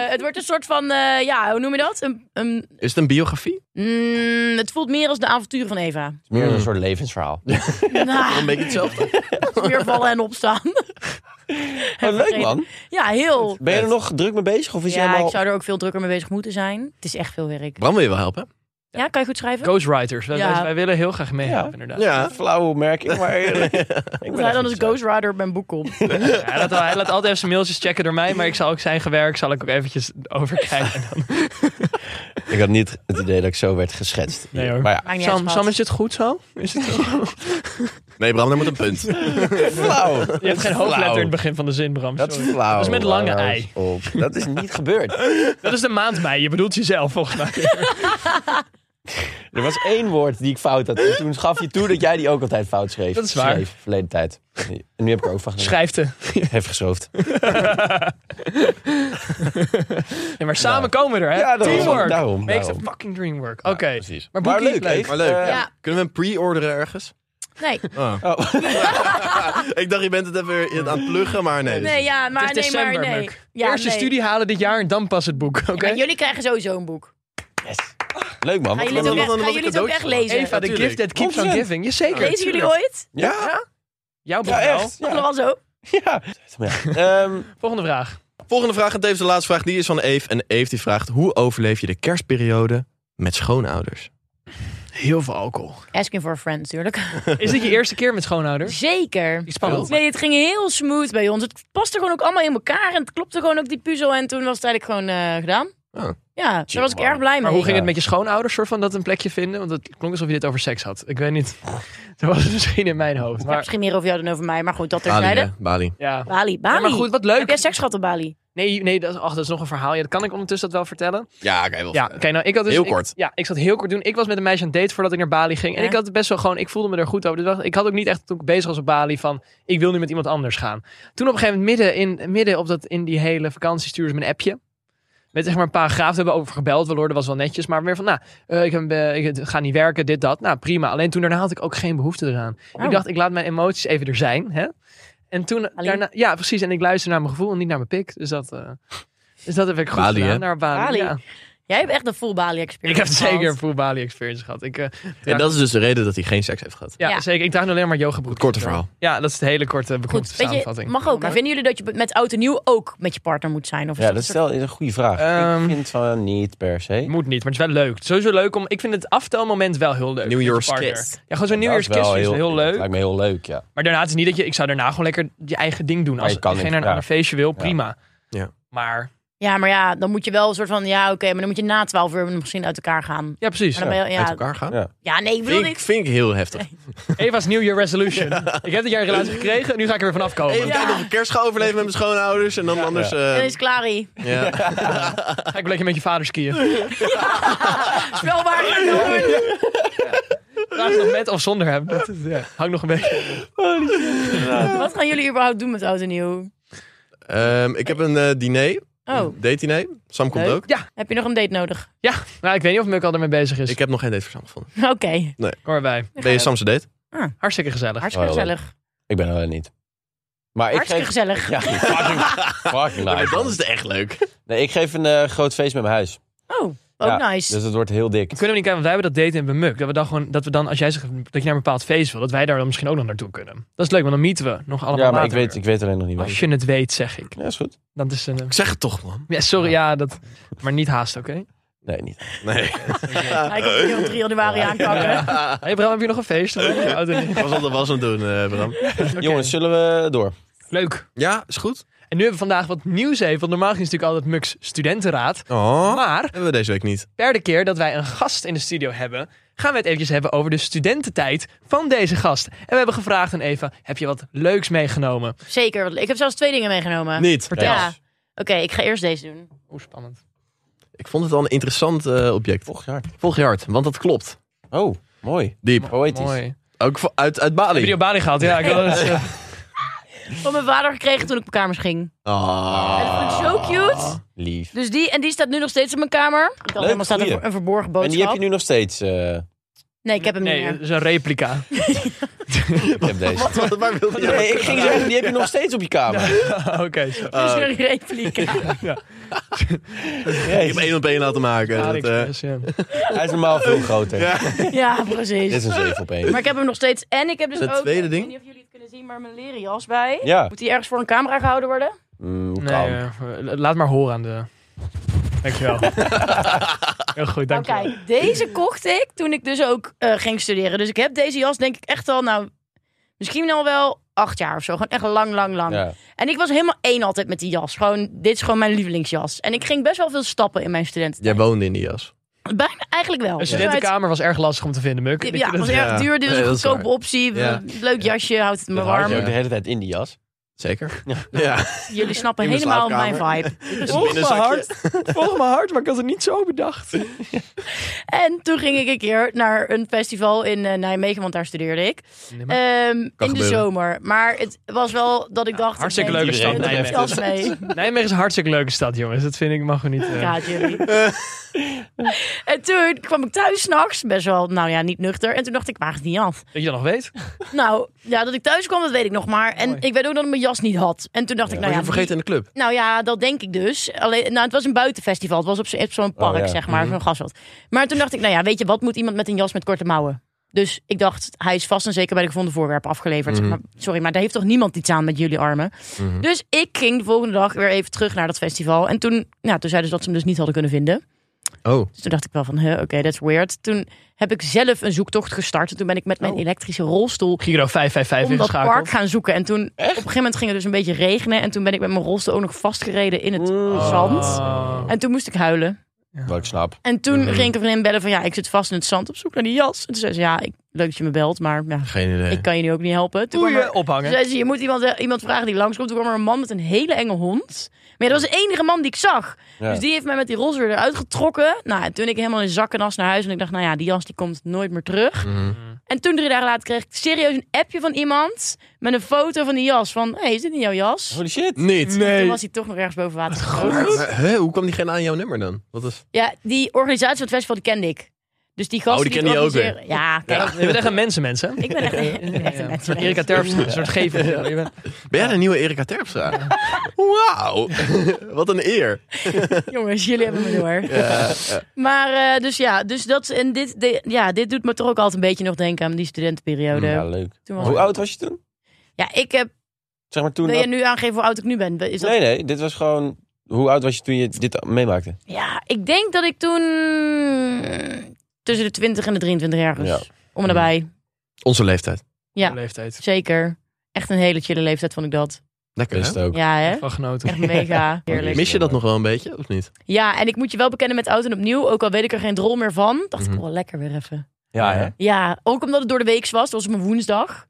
het wordt een soort van, eh, ja, hoe noem je dat? Een, een,
Is het een biografie?
mm, het voelt meer als de avonturen van Eva.
Meer
Mm.
een soort levensverhaal.
nou,
Een beetje hetzelfde.
weer vallen en opstaan.
Oh, leuk, man.
Ja, heel.
Ben je er nog druk mee bezig? Of is je
Ja, ik
helemaal...
zou er ook veel drukker mee bezig moeten zijn. Het is echt veel werk.
Bram wil je wel helpen?
Ja, kan je goed schrijven?
Ghostwriters. Wij,
Ja.
wij- wij willen heel graag meehelpen,
Ja.
inderdaad.
Ja.
Flauwe opmerking, maar... ik ben
Dat hij dan
echt
als
niet zo.
ghostwriter op mijn boek komt.
Ja, hij, laat, wel- hij laat altijd even zijn mailtjes checken door mij, maar ik zal ook zijn gewerk zal ik ook eventjes overkijken.
Ik had niet het idee dat ik zo werd geschetst.
Nee, hoor.
Maar ja,
Maakt niet
Sam,
uit,
Sam,
schat.
is dit goed zo? Is dit
Nee, Bram, daar moet een punt.
flauw.
Je hebt geen hoofdletter in het begin van de zin, Bram.
Dat is
sorry.
flauw.
Dat is met lange
Hou
ei.
op. Dat is niet gebeurd.
Dat is de maand mei. Je bedoelt jezelf, volgens mij.
Er was één woord die ik fout had. En toen gaf je toe dat jij die ook altijd fout schreef.
Dat is waar.
Schreef, verleden tijd. En nu heb ik er ook van gedaan.
Schrijfte.
Heeft geschroefd.
Nee, maar samen komen we er, hè?
Ja, daarom.
Teamwork.
Daarom,
Makes
daarom.
a fucking dream work. Oké.
precies.
Maar
Maar
boek
leuk,
leuk, leuk.
hè?
Maar leuk.
Eh,
Ja.
Kunnen we een pre-orderen ergens?
Nee,
Oh.
Ik dacht, je bent het even in- aan het pluggen, maar nee.
nee, ja, maar
het is
nee,
december,
maar nee.
Merk.
Ja,
Eerst je
nee.
studie halen dit jaar en dan pas het boek, oké?
Maar jullie krijgen sowieso een boek.
Eh, Yes. Leuk man.
Gaan
Wat
jullie
een-
het ook echt,
dan
gaan
wat
jullie het ook
cadeautjes
echt
van.
lezen?
Eva, the
natuurlijk.
gift that keeps on
100%.
giving. Jazeker.
Lezen jullie
tuurlijk.
ooit?
Ja,
Jouw boek
ja
wel.
echt. Ja.
Nog wel zo?
Ja. Ja. Ehm,
Volgende vraag.
Volgende vraag, en tevens de laatste vraag, die is van Eve. En Eve die vraagt, hoe overleef je de kerstperiode met schoonouders?
Heel veel alcohol.
Asking for a friend natuurlijk.
Is dit je eerste keer met schoonouders?
Zeker.
Iets spannend.
Nee, het ging heel smooth bij ons. Het paste gewoon ook allemaal in elkaar. En het klopte gewoon ook die puzzel. En toen was het eigenlijk gewoon eh, gedaan.
Ah.
Ja, daar was ik
man.
erg blij mee.
Maar hoe ging
Ja.
het met je schoonouders, soort van dat een plekje vinden? Want het klonk alsof je dit over seks had. Ik weet niet. Dat was het misschien in mijn hoofd.
Ja,
Maar
misschien meer over jou dan over mij. Maar goed, dat
Bali,
terzijde.
hè? Bali.
ja.
Bali, Bali.
Ja, maar goed, wat
Heb jij
leuk.
seks gehad op Bali?
Nee, nee dat, is- ach, dat is nog een verhaal. Ja, dat kan ik ondertussen dat wel vertellen.
Ja, oké. wel.
Ja, oké, nou, ik had dus,
Heel
ik-
kort.
ja, ik zat heel kort doen. Ik was met een meisje aan het date voordat ik naar Bali ging. En
Ja.
ik had het best wel gewoon, ik voelde me er goed over. Dus was- ik had ook niet echt, toen ik bezig was op Bali, van ik wil nu met iemand anders gaan. Toen op een gegeven moment midden in, midden op dat, in die hele vakantie stuurde ze me een appje. Met zeg maar een paragraaf, daar hebben we over gebeld. We hoorden was wel netjes, maar meer van, nou, eh, ik, heb, eh, ik ga niet werken, dit, dat. Nou, prima. Alleen toen daarna had ik ook geen behoefte eraan.
Oh.
Ik dacht, ik laat mijn emoties even er zijn. Hè? En toen,
Alleen?
daarna, ja, precies. En ik luister naar mijn gevoel en niet naar mijn pik. Dus dat, eh, dus dat heb ik goed
Bali,
gedaan,
hè?
naar Bali.
Bali.
ja.
Jij hebt echt een full
Ik
Bali-experience
heb zeker een full Bali experience gehad. Ik, eh,
En dat is dus de reden dat hij geen seks heeft gehad.
ja,
Ja.
zeker. Ik draag nu alleen maar yoga broek.
Het korte verhaal.
Ja, dat is het hele korte beknoopte
Goed, weet je,
samenvatting.
mag ook. Maar vinden jullie dat je met oud en nieuw ook met je partner moet zijn? Of is
ja, dat
dat een
is
soort-
wel is een goede vraag.
Ehm.
ik vind van niet per se.
Moet niet, maar het is wel leuk. Het is sowieso leuk om. Ik vind het aftelmoment wel heel leuk.
New
met je
Year's
partner.
kiss.
Ja, gewoon zo'n New
Dat
Year's
is wel
kiss is heel
Dat
leuk.
lijkt me heel leuk, ja.
Maar daarna het is niet dat je. Ik zou daarna gewoon lekker je eigen ding doen. Als
je kan
degene
niet,
naar
ja.
een ander feestje wil, prima.
Ja.
Maar
Ja, maar ja, dan moet je wel een soort van... Ja, oké, maar dan moet je na 12 uur misschien uit elkaar gaan.
ja, precies.
Maar dan ben je,
Uit
ja,
elkaar gaan.
Ja.
ja, nee, ik bedoel,
Vind,
ik,
ik- vind ik heel heftig.
Eva's New Year resolution. Ik heb dit jaar een relatie gekregen. Nu ga ik er weer vanaf komen.
Even kijken of ik kerst ga overleven met mijn schoonouders. En dan anders... eh,
dan is Clary.
ja.
Ga ik lekker met je vader skiën.
Wel waar gaan doen.
Vraag nog met of zonder hem. Dat is- ja, hangt nog een beetje.
Wat gaan jullie überhaupt doen met oud en nieuw?
Ehm, ik heb een eh, diner.
Oh,
Date diner. Sam komt
Leuk.
ook.
Ja,
heb je nog een date nodig?
ja. Nou, ik weet niet of Muk al ermee bezig is.
Ik heb nog geen date voor Sam gevonden.
Oké,
Kom erbij.
Ben je Sam's date?
Hartstikke gezellig.
hartstikke
Oh, wel leuk.
gezellig.
Ik ben er wel niet. Maar ik
Hartstikke
geef...
gezellig.
Ja, fucking, fucking
Ja,
nice,
dan
man.
is het echt leuk.
Nee, ik geef een eh, groot feest met mijn huis.
Oh, ook
Ja,
nice.
Dus het wordt heel dik.
Kunnen we niet kijken, want wij hebben dat daten in Bemuk. Dat we dan gewoon, dat we dan, als jij zegt dat je naar een bepaald feest wil, dat wij daar dan misschien ook nog naartoe kunnen. Dat is leuk, want dan mieten we nog allemaal.
Ja, maar ik
later
weet,
weer.
ik weet alleen nog niet
Als
wat.
je het weet, zeg ik.
Ja, is goed.
Dat is een. eh,
Ik zeg het toch, man.
Ja, sorry, ja, dat. Maar niet haast, oké?
Nee, niet.
Nee.
Hij komt hier op 3 januari aankakken.
Hey Bram, heb je nog een feest? Ja, dat is-
Was al was aan het doen, eh, Bram.
Oké,
Jongens, zullen we door?
Leuk.
Ja, is goed.
En nu hebben we vandaag wat nieuws even. Want normaal is het natuurlijk altijd Mux Studentenraad.
Oh.
Maar
Hebben we deze week niet.
per de keer dat wij een gast in de studio hebben, gaan we het eventjes hebben over de studententijd van deze gast. En we hebben gevraagd aan Eva: heb je wat leuks meegenomen?
Zeker, want ik heb zelfs twee dingen meegenomen.
Niet.
Vertel.
Ja. Oké, ik ga eerst deze doen.
Hoe spannend.
Ik vond het al een interessant eh, object.
Volgend jaar.
Volg je hart, want dat klopt.
Oh, mooi.
Diep.
Poëtisch.
Mooi.
Ook vo- uit, uit
Heb je die
Bali.
op Bali gehad? Ja, ik wil het, eh,
Van mijn vader gekregen toen ik op mijn kamers ging. En dat vond ik zo cute.
Ah, Lief.
Dus die, en die staat nu nog steeds in mijn kamer. Ik had helemaal staat
goeie.
een, een verborgen
En
boodschap.
die heb je nu nog steeds. eh,
Nee, dus- ik heb hem
nee,
niet
het
meer.
is een replica.
ik heb deze.
Wat, wat, waar wilde je?
Nee, ik ging zeggen, die heb je nog steeds op je kamer.
Oh, Oké. zo.
Het is een replica.
Ik heb één op één laten maken. Dat, eh,
AliExpress, ja.
Hij is normaal veel groter.
Ja,
Dit
precies.
is een 7 op 1.
Maar ik heb hem nog steeds. En ik heb dus
Het
ook.
tweede
Ik
ding?
weet niet of jullie het kunnen zien, maar mijn leren jas bij.
Ja.
Moet die ergens voor een camera gehouden worden?
Mm,
Nee,
kan.
eh, laat maar horen aan de... Dankjewel. Heel goed,
Nou,
dankjewel.
kijk, deze kocht ik toen ik dus ook eh, ging studeren. Dus ik heb deze jas denk ik echt al, nou, misschien al wel acht jaar of zo. Gewoon echt lang, lang, lang.
Ja.
En ik was helemaal één altijd met die jas. Gewoon, dit is gewoon mijn lievelingsjas. En ik ging best wel veel stappen in mijn studenten.
Jij woonde in die jas.
Bijna eigenlijk wel.
Een
Dus uit-
studentenkamer was erg lastig om te vinden, Muk. Ik-
Ja,
dat-
was erg duur. Dit was
Nee,
een
dat is
goedkope
waar.
optie.
Ja.
Leuk jasje, houdt het me
Dat had
warm.
je ook de hele tijd in die jas.
Zeker.
Ja.
ja.
Jullie snappen
In mijn
helemaal mijn
slaapkamer.
vibe.
Volg mijn
binnenzakje.
hart. Volg mijn hart, maar ik had het niet zo bedacht.
En toen ging ik een keer naar een festival in eh, Nijmegen, want daar studeerde ik.
maar.
Ehm, in de
gebeuren.
zomer. Maar het was wel dat ik dacht...
hartstikke
ik neem
leuke
die
stad,
studenten-
Nijmegen.
jas mee.
Nijmegen is een hartstikke leuke stad, jongens. Dat vind ik, mag we niet... eh,
Raad jullie. en toen kwam ik thuis s'nachts, best wel, nou ja, niet nuchter. En toen dacht ik, waar is die jas?
Dat je dat nog weet.
Nou, ja, dat ik thuis kwam, dat weet ik nog maar. En
Mooi.
ik weet ook dat ik mijn jas niet had. En toen dacht ik, nou
Maar
ja,
je vergeet in de club.
Nou ja, dat denk ik dus. Alleen, nou, het was een buitenfestival. Het was op, zo- op zo'n park,
ja.
zeg maar, zo'n gasveld. Maar toen dacht ik, nou ja, weet je, wat moet iemand met een jas met korte mouwen? Dus ik dacht, hij is vast en zeker bij de gevonden voorwerpen afgeleverd. Zeg maar, sorry, maar daar heeft toch niemand iets aan met jullie armen? Dus ik ging de volgende dag weer even terug naar dat festival. En toen, nou, toen zeiden ze dat ze hem dus niet hadden kunnen vinden.
Oh.
Dus toen dacht ik wel van, huh, oké, that's weird. Toen heb ik zelf een zoektocht gestart. En toen ben ik met mijn elektrische rolstoel
Giro 555
om dat
ingeschakeld.
park gaan zoeken. En toen op een gegeven moment ging het dus een beetje regenen. En toen ben ik met mijn rolstoel ook nog vastgereden in het zand.
Oh.
En toen moest ik huilen.
Wat ik snap.
En toen ging ik een vriendin bellen van ja, ik zit vast in het zand op zoek naar die jas. En toen zei ze ja, ik, leuk dat je me belt, maar ja,
Geen idee.
ik kan je nu ook niet helpen. Toen kwam
Boeien,
er, toen
ophangen.
zei ze, je moet iemand, eh, iemand vragen die langskomt. Toen kwam er een man met een hele enge hond. Maar ja, dat was de enige man die ik zag.
Ja.
Dus die heeft mij met die rolstoel eruit getrokken. Nou, en toen ik helemaal in zak en as naar huis. En ik dacht, nou ja, die jas die komt nooit meer terug.
Mhm.
En toen drie dagen later kreeg ik serieus een appje van iemand met een foto van die jas. Van, hé, hey, is dit niet jouw
Oh,
jas?
Holy shit.
Niet.
Toen
Nee.
was hij toch nog ergens boven water gekomen.
Maar, hè, hoe kwam diegene aan jouw nummer dan? Wat is...
Ja, die organisatie van het festival, die kende ik. Dus die gasten
Oh, die kende je ook
organiseren- Ja, kijk,
Je bent echt een mensenmens, hè?
ik ben echt, ik ben echt een
Een
mensenmens.
soort Erika Terpstra, een soort gever. Je bent-
Ben jij de nieuwe Erika Terpstra? Wauw. Wat een eer.
Jongens, jullie hebben me door.
Ja.
Maar eh, dus ja, dus dat, en dit, de- ja, dit doet me toch ook altijd een beetje nog denken aan die studentenperiode.
Ja, leuk.
Toen was-
Hoe oud was je toen?
ja, ik heb,
Zeg maar toen.
wil je
dat-
nu aangeven hoe oud ik nu ben? Is dat,
Nee, nee. Dit was gewoon. Hoe oud was je toen je dit meemaakte?
Ja, ik denk dat ik toen tussen de 20 en de 23 jaar was.
Ja.
Om en nabij.
Onze leeftijd.
Ja.
Leeftijd.
Zeker. Echt een hele chille leeftijd vond ik dat.
Lekker,
Wist
hè?
het ook.
Ja, hè?
Van
Echt
genoten.
mega heerlijk.
Mis je dat nog wel een beetje, of niet?
Ja, en ik moet je wel bekennen met oud en opnieuw. Ook al weet ik er geen drol meer van. Dacht ik
Mhm.
wel lekker weer even.
Ja, hè?
Ja, ook omdat het door de week was. Dat was op mijn woensdag.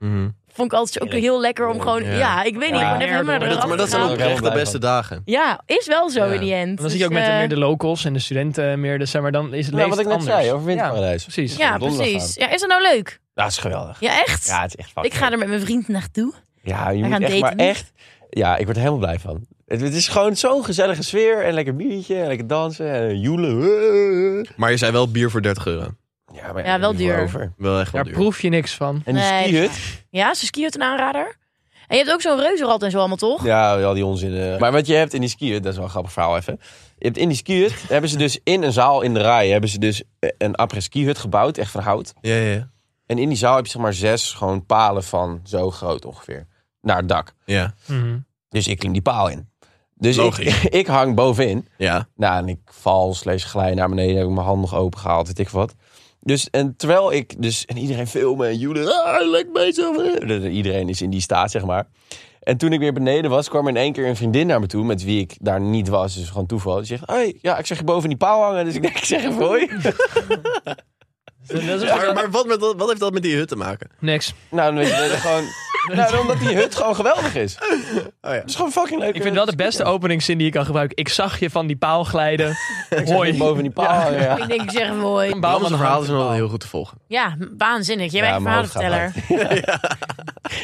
Vond ik altijd ook
Heerlijk.
heel lekker om gewoon... Ja,
Ja.
ik weet
Ja.
niet. Ik ben even helemaal
Maar
naar
Maar dat, maar dat zijn
gaan.
ook echt de
Blij
beste
van.
dagen.
Ja, is wel zo
Ja.
in die end.
Dan zie je
Dus,
ook met de-
eh,
meer de locals en de studenten meer de, zeg maar, dan is het
Nou,
leven
wat ik net
anders.
zei over Winterparadijs.
Ja, precies.
Ja,
Donderdag
precies. Ja, is dat nou leuk?
Dat is geweldig.
Ja, echt?
Ja, het is echt fucking
ik ga er met mijn vriend naartoe.
Ja, je moet
gaan
echt maar
daten.
echt... Ja, ik word er helemaal blij van. Het, het is gewoon zo'n gezellige sfeer. En lekker biertje, en lekker dansen, en joelen.
Maar je zei wel bier voor 30 euro.
Ja, maar
Ja, wel
ik doe
duur.
erover.
Wel echt wel
Daar
duur.
proef je niks van.
En die
Nee.
skihut.
Ja, ze skiën het een aanrader. En je hebt ook zo'n reuzenrad en zo allemaal, toch?
Ja, al die onzin. eh. Maar wat je hebt in die skihut, dat is wel een grappig verhaal even. Je hebt in die skihut, hebben ze dus in een zaal in de rij, hebben ze dus eh, een après skihut gebouwd, echt van hout.
Ja, ja, ja.
En in die zaal heb je zeg maar zes gewoon palen van zo groot ongeveer, naar het dak.
Ja.
Mhm.
Dus ik klim die paal in. Dus ik,
Logisch.
ik hang bovenin.
ja.
Nou, en ik val, slees glij naar beneden. Heb ik mijn hand nog open gehaald, weet ik wat. Dus, en terwijl ik dus... En iedereen filmen en joelen. Ah, lekker bezig. Eh, Iedereen is in die staat, zeg maar. En toen ik weer beneden was, kwam er in één keer een vriendin naar me toe... met wie ik daar niet was, dus gewoon toeval. Die zegt, hey, ja, ik zeg je boven die paal hangen. Dus ik denk, ik zeg even hoi.
Dus, eh, Dat is
Maar, maar wat, met, dat- wat heeft dat met die hut te maken?
niks.
nou, dan weet je, dat is gewoon... Nou, omdat die hut gewoon geweldig is. Het
Oh ja.
is gewoon fucking leuk.
Ik vind wel de beste openingszin die je kan gebruiken. Ik zag je van die paal glijden.
Hoi.
Hoi.
Boven die paal hangen, ja.
Ik denk, ik zeg mooi.
Bouwman's
Bouwman
verhaal is wel heel goed te volgen.
Ja, waanzinnig. Jij bent
Ja,
echt
mijn hoofd
verhalenverteller.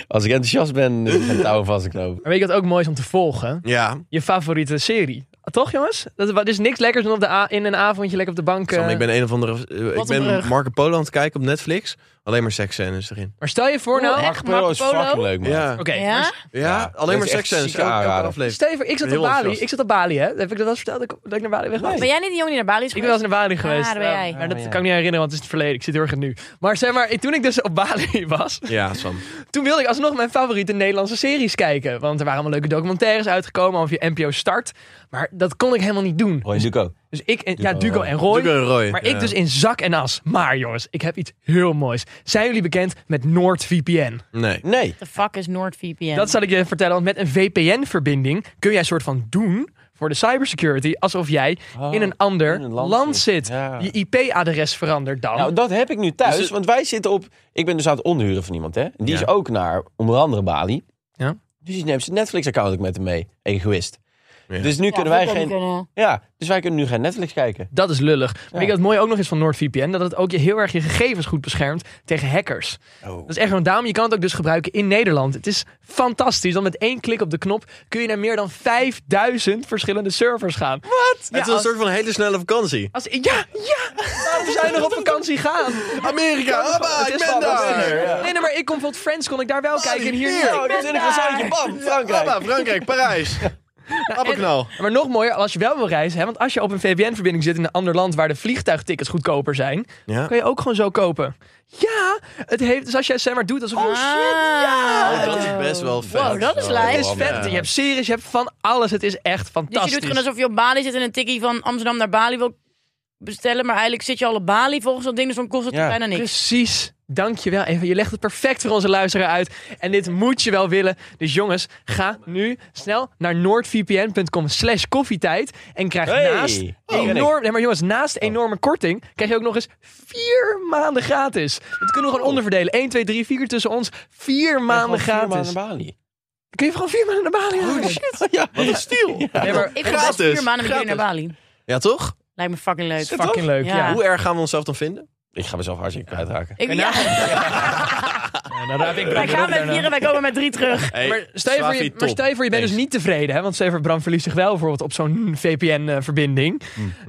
Als ik enthousiast ben, dan ga ik het touw vastknopen.
Maar weet je wat ook mooi is om te volgen?
Ja.
Je favoriete serie. Toch jongens? Dat er is niks lekkers dan op de a- in een avondje lekker op de bank.
Sam,
eh.
ik ben een of andere... eh, ik
een brug.
ben Marco Polo aan het kijken op Netflix. Alleen maar seksscènes erin.
Maar stel je voor
Oh,
nou...
echt?
Marco Polo is
Marco Polo?
fucking leuk, man.
Ja.
Oké,
Ja?
maar
Ja,
Ja,
alleen
dat
maar
is echt
seksscènes.
zieke
Elke, elke
aanrader.
aflevering.
Stel je voor, ik zat
Heel
op Bali.
enthousiast.
Ik zat op Bali, hè? Heb ik dat al verteld dat ik, dat ik naar Bali weg was?
Ben jij niet de jongen die naar Bali is
Ik ben wel
geweest?
eens naar Bali geweest.
daar ben jij.
maar
Oh,
dat
ja.
kan ik niet herinneren, want het is het verleden. Ik zit heel erg in het nu. Maar zeg maar, toen ik dus op Bali was,
Ja, Sam.
toen wilde ik alsnog mijn favoriete Nederlandse series kijken. Want er waren allemaal leuke documentaires uitgekomen over je NPO Start. Maar dat kon ik helemaal niet doen.
Hoi, Duco.
Dus ik, en,
Duco
ja,
en
Duco
Roy.
en Roy.
Duco en Roy,
Maar
ja.
ik dus in zak en as. Maar jongens, ik heb iets heel moois. Zijn jullie bekend met NordVPN?
Nee.
Nee.
The fuck is NordVPN?
Dat zal ik je vertellen, want met een VPN-verbinding kun jij een soort van doen voor de cybersecurity alsof jij
Oh,
in een ander
in een land
land,
zit.
zit.
Ja.
Je IP-adres verandert dan.
Nou, dat heb ik nu thuis.
Dus het-
Want wij zitten op... Ik ben dus aan het onhuren van iemand, hè. En Die
Ja.
is ook naar onder andere Bali.
Ja.
Dus die neemt zijn Netflix-account ook met hem mee. Egoïst.
Ja.
Dus nu
Ja,
kunnen wij
dat
geen...
kunnen.
Ja, dus wij kunnen nu geen Netflix kijken.
Dat is lullig.
Ja.
Maar ik dat het mooie ook nog is van NordVPN, dat het ook je heel erg je gegevens goed beschermt tegen hackers. Dat is echt een daarom. Je kan het ook dus gebruiken in Nederland. Het is fantastisch. Dan met één klik op de knop kun je naar meer dan 5000 verschillende servers gaan.
het is een
als-
soort van hele snelle vakantie.
Als, ja, ja! Waarom zou je nog op vakantie gaan?
Amerika, hoppa,
Het
ik
is
ben
fantastisch.
daar.
Nee, nee, maar ik kom bijvoorbeeld Friends, kon ik daar wel kijken. En hier niet.
Oh, dit is een gezellig bam, Frankrijk.
Hoppa, Frankrijk, Parijs. Appelknal.
Maar nog mooier, als je wel wil reizen, hè, want als je op een VPN-verbinding zit in een ander land waar de vliegtuigtickets goedkoper zijn,
Ja.
kan je ook gewoon zo kopen. Ja, het heeft, dus als jij zeg maar doet alsof... Oh shit,
Ah.
ja!
Oh, Dat is best wel Oh, vet.
Wow, dat is
Het
lijf.
Eh, is vet. Je hebt series, je hebt van alles. Het is echt
Dus je
fantastisch.
doet gewoon alsof je op Bali zit en een tikkie van Amsterdam naar Bali wil bestellen. Maar eigenlijk zit je al op Bali volgens dat ding, dus dan kost het
Ja.
bijna niks.
Precies. Dankjewel. Eva. Je legt het perfect voor onze luisteraar uit. En dit moet je wel willen. Dus jongens, ga nu snel naar noordvpn.com slash koffietijd. En krijg
Hey,
naast,
daar ben ik. Oh.
enorm, nee, maar jongens, naast enorme korting krijg je ook nog eens vier maanden gratis. Dat kunnen we gewoon onderdelen. 1, 2, 3, 4 tussen ons. Vier maanden
Oh. Gewoon vier maanden
gratis.
naar Bali.
Kun je gewoon vier maanden naar Bali halen?
Oh, ja. Wat een stiel.
Nee, maar
Ik ga best
Gratis.
vier maanden meteen naar Bali.
Ja, toch?
Lijkt me fucking leuk.
Zit
fucking leuk.
Ja.
Ja.
Hoe erg gaan we onszelf dan vinden?
Ik ga mezelf hartstikke kwijtraken.
Ik, ja, wij
nou
gaan met vieren, wij komen met drie terug.
Hey,
Maar stel, je voor
Slavi,
je,
top.
maar stel je voor, je bent dus
Thanks.
niet tevreden. Hè? Want stel je voor, Bram verliest zich wel bijvoorbeeld op zo'n VPN-verbinding.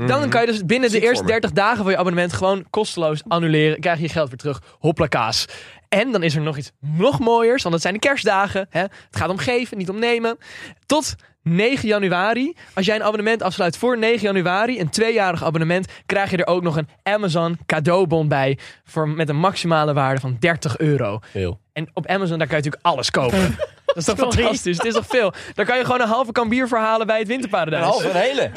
Dan kan je dus binnen
Mm. Mm-hmm. Ziek
de eerste
voor me.
30 dagen van je abonnement gewoon kosteloos annuleren. Krijg je je geld weer terug. Hopplakaas. En dan is er nog iets nog mooiers, want dat zijn de kerstdagen. Hè? Het gaat om geven, niet om nemen. Tot 9 januari. Als jij een abonnement afsluit voor 9 januari, een tweejarig abonnement, krijg je er ook nog een Amazon cadeaubon bij. Voor, met een maximale waarde van 30 euro.
Heel.
En op Amazon, daar kan je natuurlijk alles kopen. Dat is toch fantastisch? Het is toch veel? Daar kan je gewoon een halve kan bier verhalen bij het winterparadijs.
Een halve, een hele.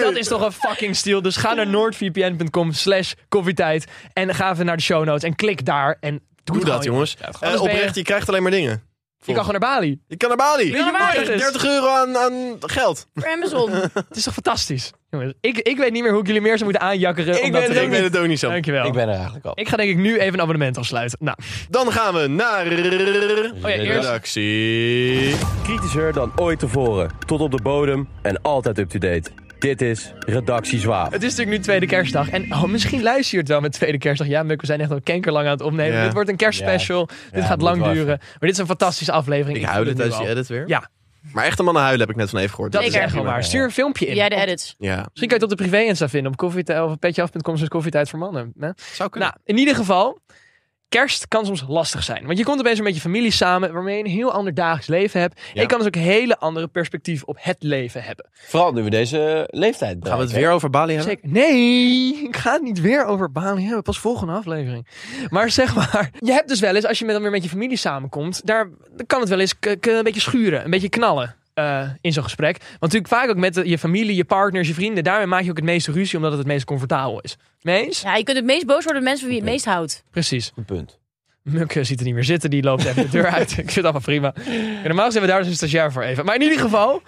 Dat is toch een fucking steal. Dus ga naar noordvpn.com slash koffietijd. En ga even naar de show notes en klik daar. En doe,
Doe
het gewoon,
dat, jongens.
ben
Eh,
je-
oprecht, je krijgt alleen maar dingen.
Je kan gewoon naar Bali.
Je kan naar Bali.
Weet je hoe mooi dat is?
30 euro aan, aan geld.
Voor Amazon.
Het is toch fantastisch? Jongens, ik, ik weet niet meer hoe ik jullie meer zou moeten aanjakkeren.
Ik
om
ben
dat te
er
doen.
ook
Ik weet het ook niet zo.
Dankjewel.
Ik ben er eigenlijk al.
Ik ga denk ik nu even een abonnement afsluiten. Nou,
Dan gaan we naar...
oh ja, eerst...
Redactie.
Kritischer dan ooit tevoren. Tot op de bodem en altijd up-to-date. Dit is Redactie Zwaap.
Het is natuurlijk nu tweede kerstdag. En oh, misschien luister je het wel met tweede kerstdag. Ja, Muk, we zijn echt al kankerlang aan het opnemen.
Ja.
Dit wordt een kerstspecial. dit
Ja,
gaat
moet
lang
wel
duren. Maar dit is een fantastische aflevering.
Ik
voel
huil
het nu
tijdens die
al.
edit weer.
Ja,
Maar echt een mannen huilen heb ik net van even gehoord. Dus,
dat is
Zeker.
echt wel waar. Stuur een filmpje in.
Jij de edits.
Ja.
Misschien kan je het op de privé-insta vinden. Op koffietijd of petjeaf.com slash koffietijd voor mannen. Hè?
Zou kunnen.
Nou, in ieder geval... Kerst kan soms lastig zijn. Want je komt opeens met je familie samen... waarmee je een heel ander dagelijks leven hebt. En je kan dus ook een hele andere perspectief op het leven hebben.
Vooral nu we deze eh, leeftijd
Gaan we
bereiken.
Nou,
het weer over Bali hebben?
Zeker. Nee, ik ga het niet weer over Bali hebben. Pas volgende aflevering. Maar zeg maar, je hebt dus wel eens, als je met, dan weer met je familie samenkomt, daar dan kan het wel eens k- k- een beetje schuren, een beetje knallen. eh, in zo'n gesprek. Want natuurlijk vaak ook met de- je familie, je partners, je vrienden. Daarmee maak je ook het meeste ruzie, omdat het het meest comfortabel is. Mees?
Ja, je kunt het meest boos worden op de mensen van wie je het meest houdt.
Precies.
Goed punt.
Muk eh, ziet er niet meer zitten, die loopt even de deur uit. Ik vind het allemaal prima. En normaal zijn we daar dus een stagiair voor even. Maar in ieder geval,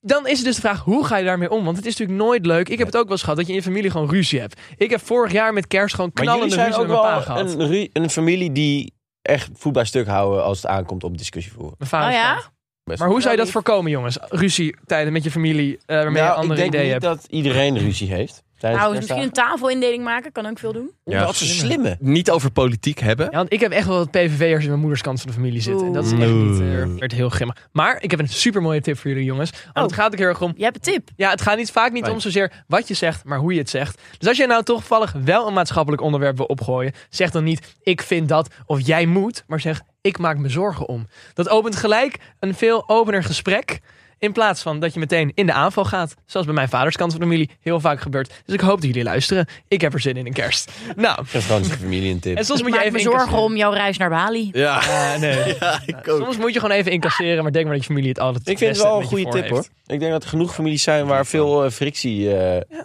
dan is het dus de vraag, hoe ga je daarmee om? Want het is natuurlijk nooit leuk. Ik heb het ook wel eens gehad dat je in je familie gewoon ruzie hebt. Ik heb vorig jaar met kerst gewoon
Maar jullie
knallende
zijn
ruzie
ook
met mijn pa
wel
gehad.
een, ru- een familie die echt voet bij stuk houden als het aankomt op discussie voeren.
Mijn vader
Oh ja?
is kant. Maar hoe zou je dat
Wel
voorkomen, jongens? Ruzie tijden met je familie, eh, waarmee je
Nou,
andere
ik denk
ideeën
niet
hebt.
dat iedereen ruzie heeft. tijdens
Nou,
de
misschien een
kerstdagen.
tafelindeling maken kan ook veel doen.
Ja.
Dat ze slimme.
Niet over politiek hebben.
Ja, want ik heb echt wel wat PVV'ers in mijn moeders kant van de familie zitten. En dat is echt
Oeh.
niet... eh, werd heel grimmig. Maar ik heb een supermooie tip voor jullie, jongens.
Oh.
Want het gaat ook heel erg om...
Je hebt een tip.
Ja, het gaat niet, vaak niet
Fijn.
om zozeer wat je zegt, maar hoe je het zegt. Dus als jij nou toch toevallig wel een maatschappelijk onderwerp wil opgooien, zeg dan niet ik vind dat of jij moet, maar zeg ik maak me zorgen om. Dat opent gelijk een veel opener gesprek. In plaats van dat je meteen in de aanval gaat. Zoals bij mijn vaders kant van de familie heel vaak gebeurt. Dus ik hoop dat jullie luisteren. Ik heb er zin in een kerst. Nou,
geef gewoon eens je familie een tip.
en soms
Ik
moet je
maak
even
me zorgen
incasseren.
om jouw reis naar Bali.
Ja,
Ah, nee.
ja, ik ook.
Soms moet je gewoon even incasseren, maar denk maar dat je familie het altijd het
Ik vind het
beste
wel een
met je
goede tip
voor
hoor.
heeft.
Ik denk dat er genoeg families zijn waar veel eh, frictie eh,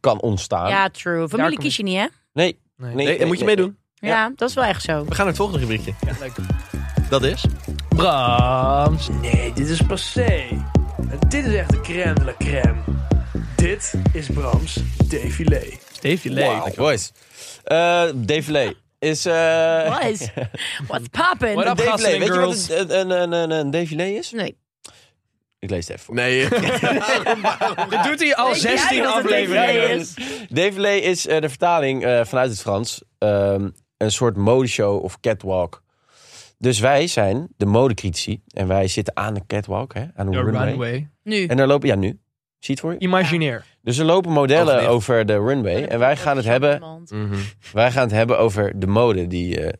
kan ontstaan.
Ja, true.
Daar
Familie
kom
kies je niet, hè?
Nee,
Nee.
nee,
Nee, en moet je
nee,
meedoen.
Ja, dat is wel echt zo.
We gaan naar het volgende rubriekje. Dat is...
Brams. Nee, dit is passé. En dit is echt de crème de la crème. Dit is Brams défilé. Défilé.
Wauw. Lekker boys. Eh, Défilé is... eh
What is? What's
What
poppin'?
up?
Défilé.
Gastling
Weet je
girls.
wat een, een, een, een, een défilé is?
Nee.
Ik lees het even voor.
Nee.
Dit doet hij al
Weet jij
16
dat het
afleveringen.
défilé
Is.
is?
Défilé is eh, de vertaling eh, vanuit het Frans. ehm, een soort modeshow of catwalk. Dus wij zijn de modecritici. En wij zitten aan de catwalk, hè, aan de, runway.
Nu.
En daar lopen... Ja, nu. Zie je het voor je?
Imagineer.
Dus er lopen modellen
Alsjeblieft.
over de runway. En wij gaan het hebben
Iemand.
Mhm.
Wij gaan het hebben over de mode die eh,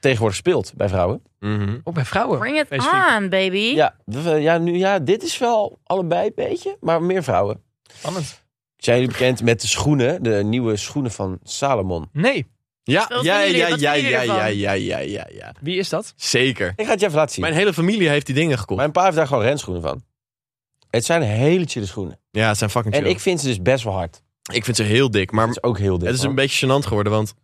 tegenwoordig speelt bij vrouwen.
Mhm.
Ook bij vrouwen.
Bring it
specifiek.
on, baby.
Ja, we- we- ja, nu, ja, dit is wel allebei een beetje, maar meer vrouwen.
Spannend.
Zijn jullie bekend met de schoenen, de nieuwe schoenen van Salomon?
Nee.
Ja,
Wat
ja,
vinden jullie-
ja,
wat
ja,
vinden
ja,
jullie
ja,
ervan?
ja, ja, ja, ja.
Wie is dat?
Zeker.
Ik ga het je even laten zien.
Mijn
Mijn,
hele familie heeft die dingen gekocht.
pa heeft daar gewoon renschoenen van. Het zijn hele chille schoenen.
Ja, het zijn fucking
En
chill.
ik vind ze dus best wel hard.
ik vind ze heel dik, maar
Het is ook heel dik.
het is een
man.
beetje gênant geworden, want
Oh,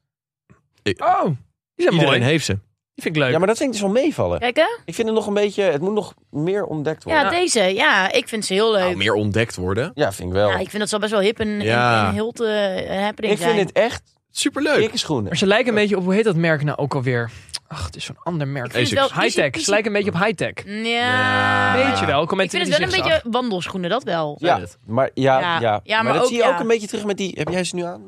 die zijn
iedereen
mooi.
heeft ze.
Die vind ik leuk.
Ja, maar dat vind ik dus wel meevallen.
Kijk, hè?
Ik vind het nog een beetje... Het moet nog meer ontdekt worden.
Ja, deze. Ja, ik vind ze heel
Nou,
leuk.
meer ontdekt worden.
Ja, vind ik wel.
Ja, ik vind dat ze al best wel hip en,
Ja.
en, en heel te happening
ik vind
zijn.
het echt
Superleuk.
dikke schoenen.
Maar ze lijken een beetje op, hoe heet dat merk nou ook alweer? Ach, het is zo'n ander merk.
Ik vind het wel easy
Hightech.
peasy.
Ze lijken een beetje op hightech.
Ja.
Weet je wel, kom
Ik
met
vind
die
het wel een
zigzag.
beetje wandelschoenen, dat wel.
Ja,
het.
maar, ja, ja.
Ja. Ja,
maar,
maar
dat
ook-
zie je
ja.
ook een beetje terug met die... Heb jij ze nu aan?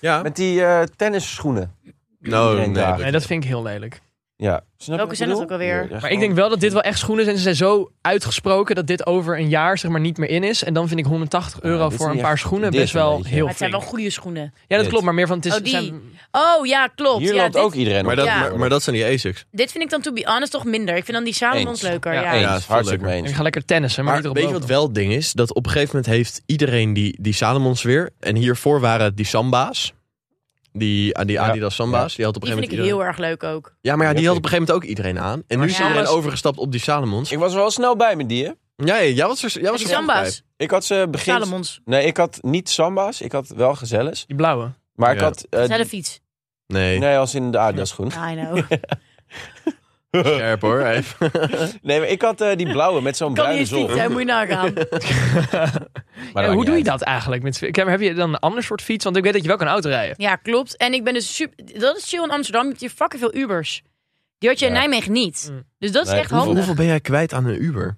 Ja.
Met die eh, tennisschoenen.
No,
iedereen
nee.
draagt.
Nee, dat vind ik heel lelijk.
Ja. Snap je
Welke
wat
zijn dat
bedoel?
ook alweer?
Ja,
Maar ik denk wel dat dit wel echt schoenen zijn. Ze zijn zo uitgesproken dat dit over een jaar zeg maar niet meer in is. En dan vind ik 180 euro
dit is
voor een
niet
paar
echt
schoenen
dit
best wel
een beetje.
heel
Maar het zijn wel
flink.
goede schoenen.
Ja, dat
Dit.
klopt. Maar meer van het is...
Oh, die.
zijn-
Oh ja, klopt.
Hier
ja,
loopt
dit,
ook iedereen
Maar,
op.
dat,
Ja.
maar, maar dat zijn die Asics.
dit vind ik dan, to be honest, toch minder. Ik vind dan die Salomons
Eens.
leuker.
Ja,
Ja,
Eens,
Ja, dat is veel
hartstikke mee
leuker.
Ik
eens.
ga lekker tennissen, maar,
Maar
niet
weet
erop
je wat
lopen.
wel het ding is? Dat op een gegeven moment heeft iedereen die, die Salomons weer. En hiervoor waren die Samba's. Die, ah, die
Ja.
Adidas Samba's. Die had op een
die
gegeven
vind ik
moment
heel erg leuk ook.
iedereen- Ja, maar ja, die
Ja,
had op een gegeven moment ook iedereen aan. En nu is
ja,
iedereen
dat is-
overgestapt op die Salomons.
Ik was wel snel bij met die, hè?
Ja, ja, jij was er, jij was
die
er vroeg bij.
Samba's,
Ik had ze begin...
Salomons,
Nee, ik had niet samba's. Ik had wel gezelles.
Die blauwe.
Maar ik
Ja.
had... eh,
snelle fiets. Ah,
Nee,
Nee, als in de Adidas schoen.
I know.
scherp hoor. Hij heeft-
Nee, maar ik had eh, die blauwe met zo'n
kan niet
bruine
eens
zon.
fietsen, hè, moet je nagaan.
Maar
Ja,
dat
Eh, hoe
maakt
doe je
niet
dat eigenlijk? Met, ik heb- heb je dan een ander soort fiets? Want ik weet dat je wel kan autorijden.
Ja, klopt. En ik ben dus super... Dat is chill in Amsterdam, je hebt fucking veel Ubers. Die had je in
Ja.
Nijmegen niet.
Mm.
Dus dat is
Nee,
echt
hoeveel-
handig.
Hoeveel ben jij kwijt aan een Uber?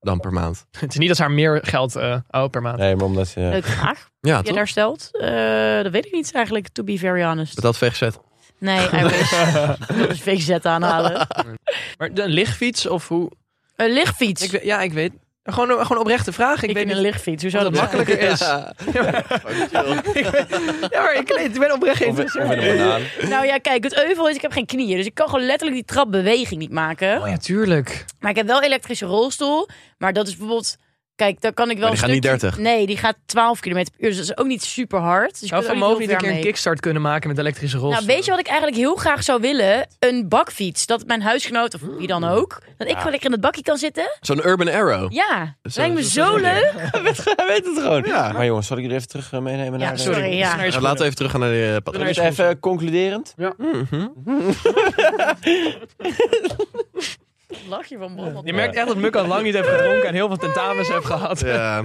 Dan per maand.
Het is niet dat ze haar meer geld... eh oh, per maand.
uit. Nee, maar omdat... eh,
Leuke vraag.
Ja,
Je
toch?
daar stelt? Eh, dat weet ik niet eigenlijk, to be very honest.
Dat had vechtgezet.
Nee, I wish. Dat is VZ aanhalen.
Maar een lichtfiets of hoe...
Een lichtfiets.
Ik, weet- ja, ik weet... Gewoon, een- gewoon oprechte vraag. Ik,
Ik,
weet
vind
niet
een lichtfiets. Hoe
of
zou dat
dat makkelijker is. Ik ben- ja, maar ik, ik ben oprecht
Of, of
geïnteresseerd.
met een banaan.
Nou ja, kijk, het euvel is, ik heb geen knieën. Dus ik kan gewoon letterlijk die trapbeweging niet maken.
Oh ja, tuurlijk.
Maar eh, ik heb wel een elektrische rolstoel. Maar dat is bijvoorbeeld... Kijk, daar kan ik wel
Maar die
een
gaat niet
stukje-
30.
Nee, die gaat 12 km per uur. Dus dat is ook niet super hard. Dus je
Zou
kunt ook
Van Mogen
heel
niet een
ver
keer een
mee.
kickstart kunnen maken met elektrische rolstoel?
Nou, weet je wat ik eigenlijk heel graag zou willen? Een bakfiets. Dat mijn huisgenoot, of wie dan ook... Dat ik gewoon lekker in het bakje kan zitten.
Zo'n Urban Arrow.
Ja,
Zo-
lijkt me
zo-
zo
zo-
leuk.
Hij weet het gewoon.
Ja.
Maar jongens, zal ik jullie even terug eh, meenemen
Ja,
naar... de-
sorry, ja.
Naar je
Nou,
schoenen.
laten we even terug gaan naar de eh,
Doen we
patroon.
het even eh, concluderend?
Lach je van Brom.
Je merkt echt dat Muk al lang niet heeft gedronken en heel veel tentamens heeft gehad.
Ja.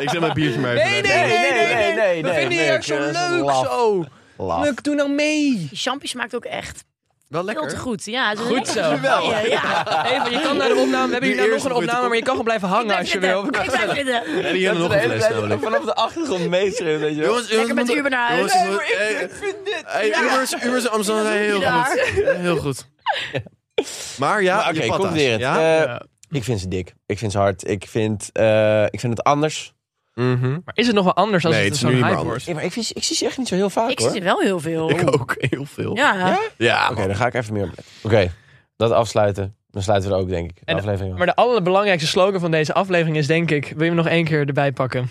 Ik zet mijn biertje maar even
Nee, nee,
weg.
nee, nee, nee,
nee, nee,
We
nee,
vinden je
Muk,
juist zo
dat is
leuk
laf.
zo.
Laf.
Muk, doe nou mee.
Die champie smaakt ook echt
Wel
veel te
lekker.
goed. Ja, het is een
Goed
lekkere
zo.
champagne, Ja.
Even, je kan naar de opname. We hebben hier nou nog
eerste
een opname,
moet-
maar je kan gewoon blijven hangen als je wil.
Ik ben zitten.
En hier nog
de
een
hele
fles
tijd
namelijk.
Vanaf de achtergrond meeschreeuwen, weet je wel.
Lekker met de Uber naar huis.
jongens, hey,
vind dit...
hey, Ubers, Ubers in Amsterdam zijn heel
daar.
goed. Heel goed. Maar ja,
Maar Oké,
je patas.
concluderend.
Ja?
Eh, Ik vind ze dik. Ik vind ze hard. Ik vind, eh, ik vind het anders.
Mhm.
Maar is het nog wel anders als
Nee,
het
het is
zo'n
nu niet meer
hype wordt?
Ja, maar ik, vind ze- ik zie ze echt niet zo heel vaak,
Ik
hoor.
zit wel heel veel.
Ik ook, heel veel.
Ja.
Ja?
Ja,
Oké,
man.
dan ga ik even meer op letten. Oké, dat afsluiten. Dan sluiten we er ook, denk ik. De
En-
aflevering. af.
Maar de allerbelangrijkste slogan van deze aflevering is denk ik... Wil je hem nog één keer erbij pakken?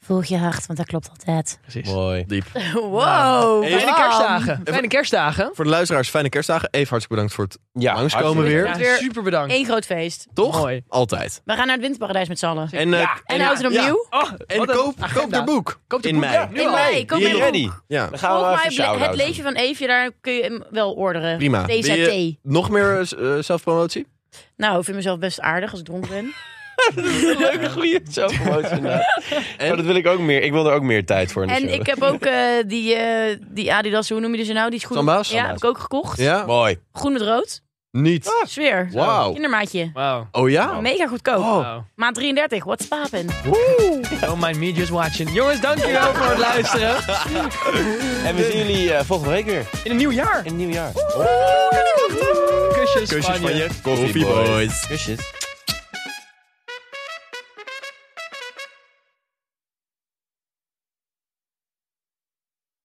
Volg je hart, want dat klopt altijd.
Precies.
Mooi.
Diep.
Wow.
Fijne
man.
kerstdagen. Fijne kerstdagen.
Voor de luisteraars, fijne kerstdagen. Even hartstikke bedankt voor het
Ja,
langskomen
hartstikke-
weer.
Ja,
Weer-
super bedankt.
Eén groot feest.
Toch?
Mooi.
Altijd.
We gaan naar het winterparadijs met z'n allen.
En, eh,
En houd het
ja.
opnieuw.
Oh,
En
wat een
koop,
agenda.
koop haar boek.
Koop de
in
boek,
mei.
ja, nu
In
al.
mei, kom
Die
in.
ready.
Ja,
Dan gaan we even
Volgens mij
shout-out
het leven van Eefje, daar kun je hem wel orderen.
prima. Wil
TZT.
je nog meer eh, zelfpromotie?
Nou, ik vind mezelf best aardig als ik dronken ben.
Leuke goeie zelfpromotie inderdaad.
En?
Maar dat wil ik ook meer. Ik wil er ook meer tijd voor in de
En
show.
ik heb ook eh, die, eh, die Adidas, hoe noem je die ze nou? Die is goed.
Samba's?
Ja, heb ik ook gekocht.
Ja? Oh.
Mooi.
Groen met rood.
Niet.
Sfeer.
Wauw.
Kindermaatje.
Wauw.
Oh ja?
Mega goedkoop.
Wow.
Maand 33, what's poppin'?
Don't mind me just watching. Jongens, dankjewel voor het luisteren.
En we zien jullie eh, volgende week weer.
In een nieuw jaar.
In het nieuw jaar.
Kusjes,
Kusjes van
Spanje.
je. Coffee boys.
Kusjes.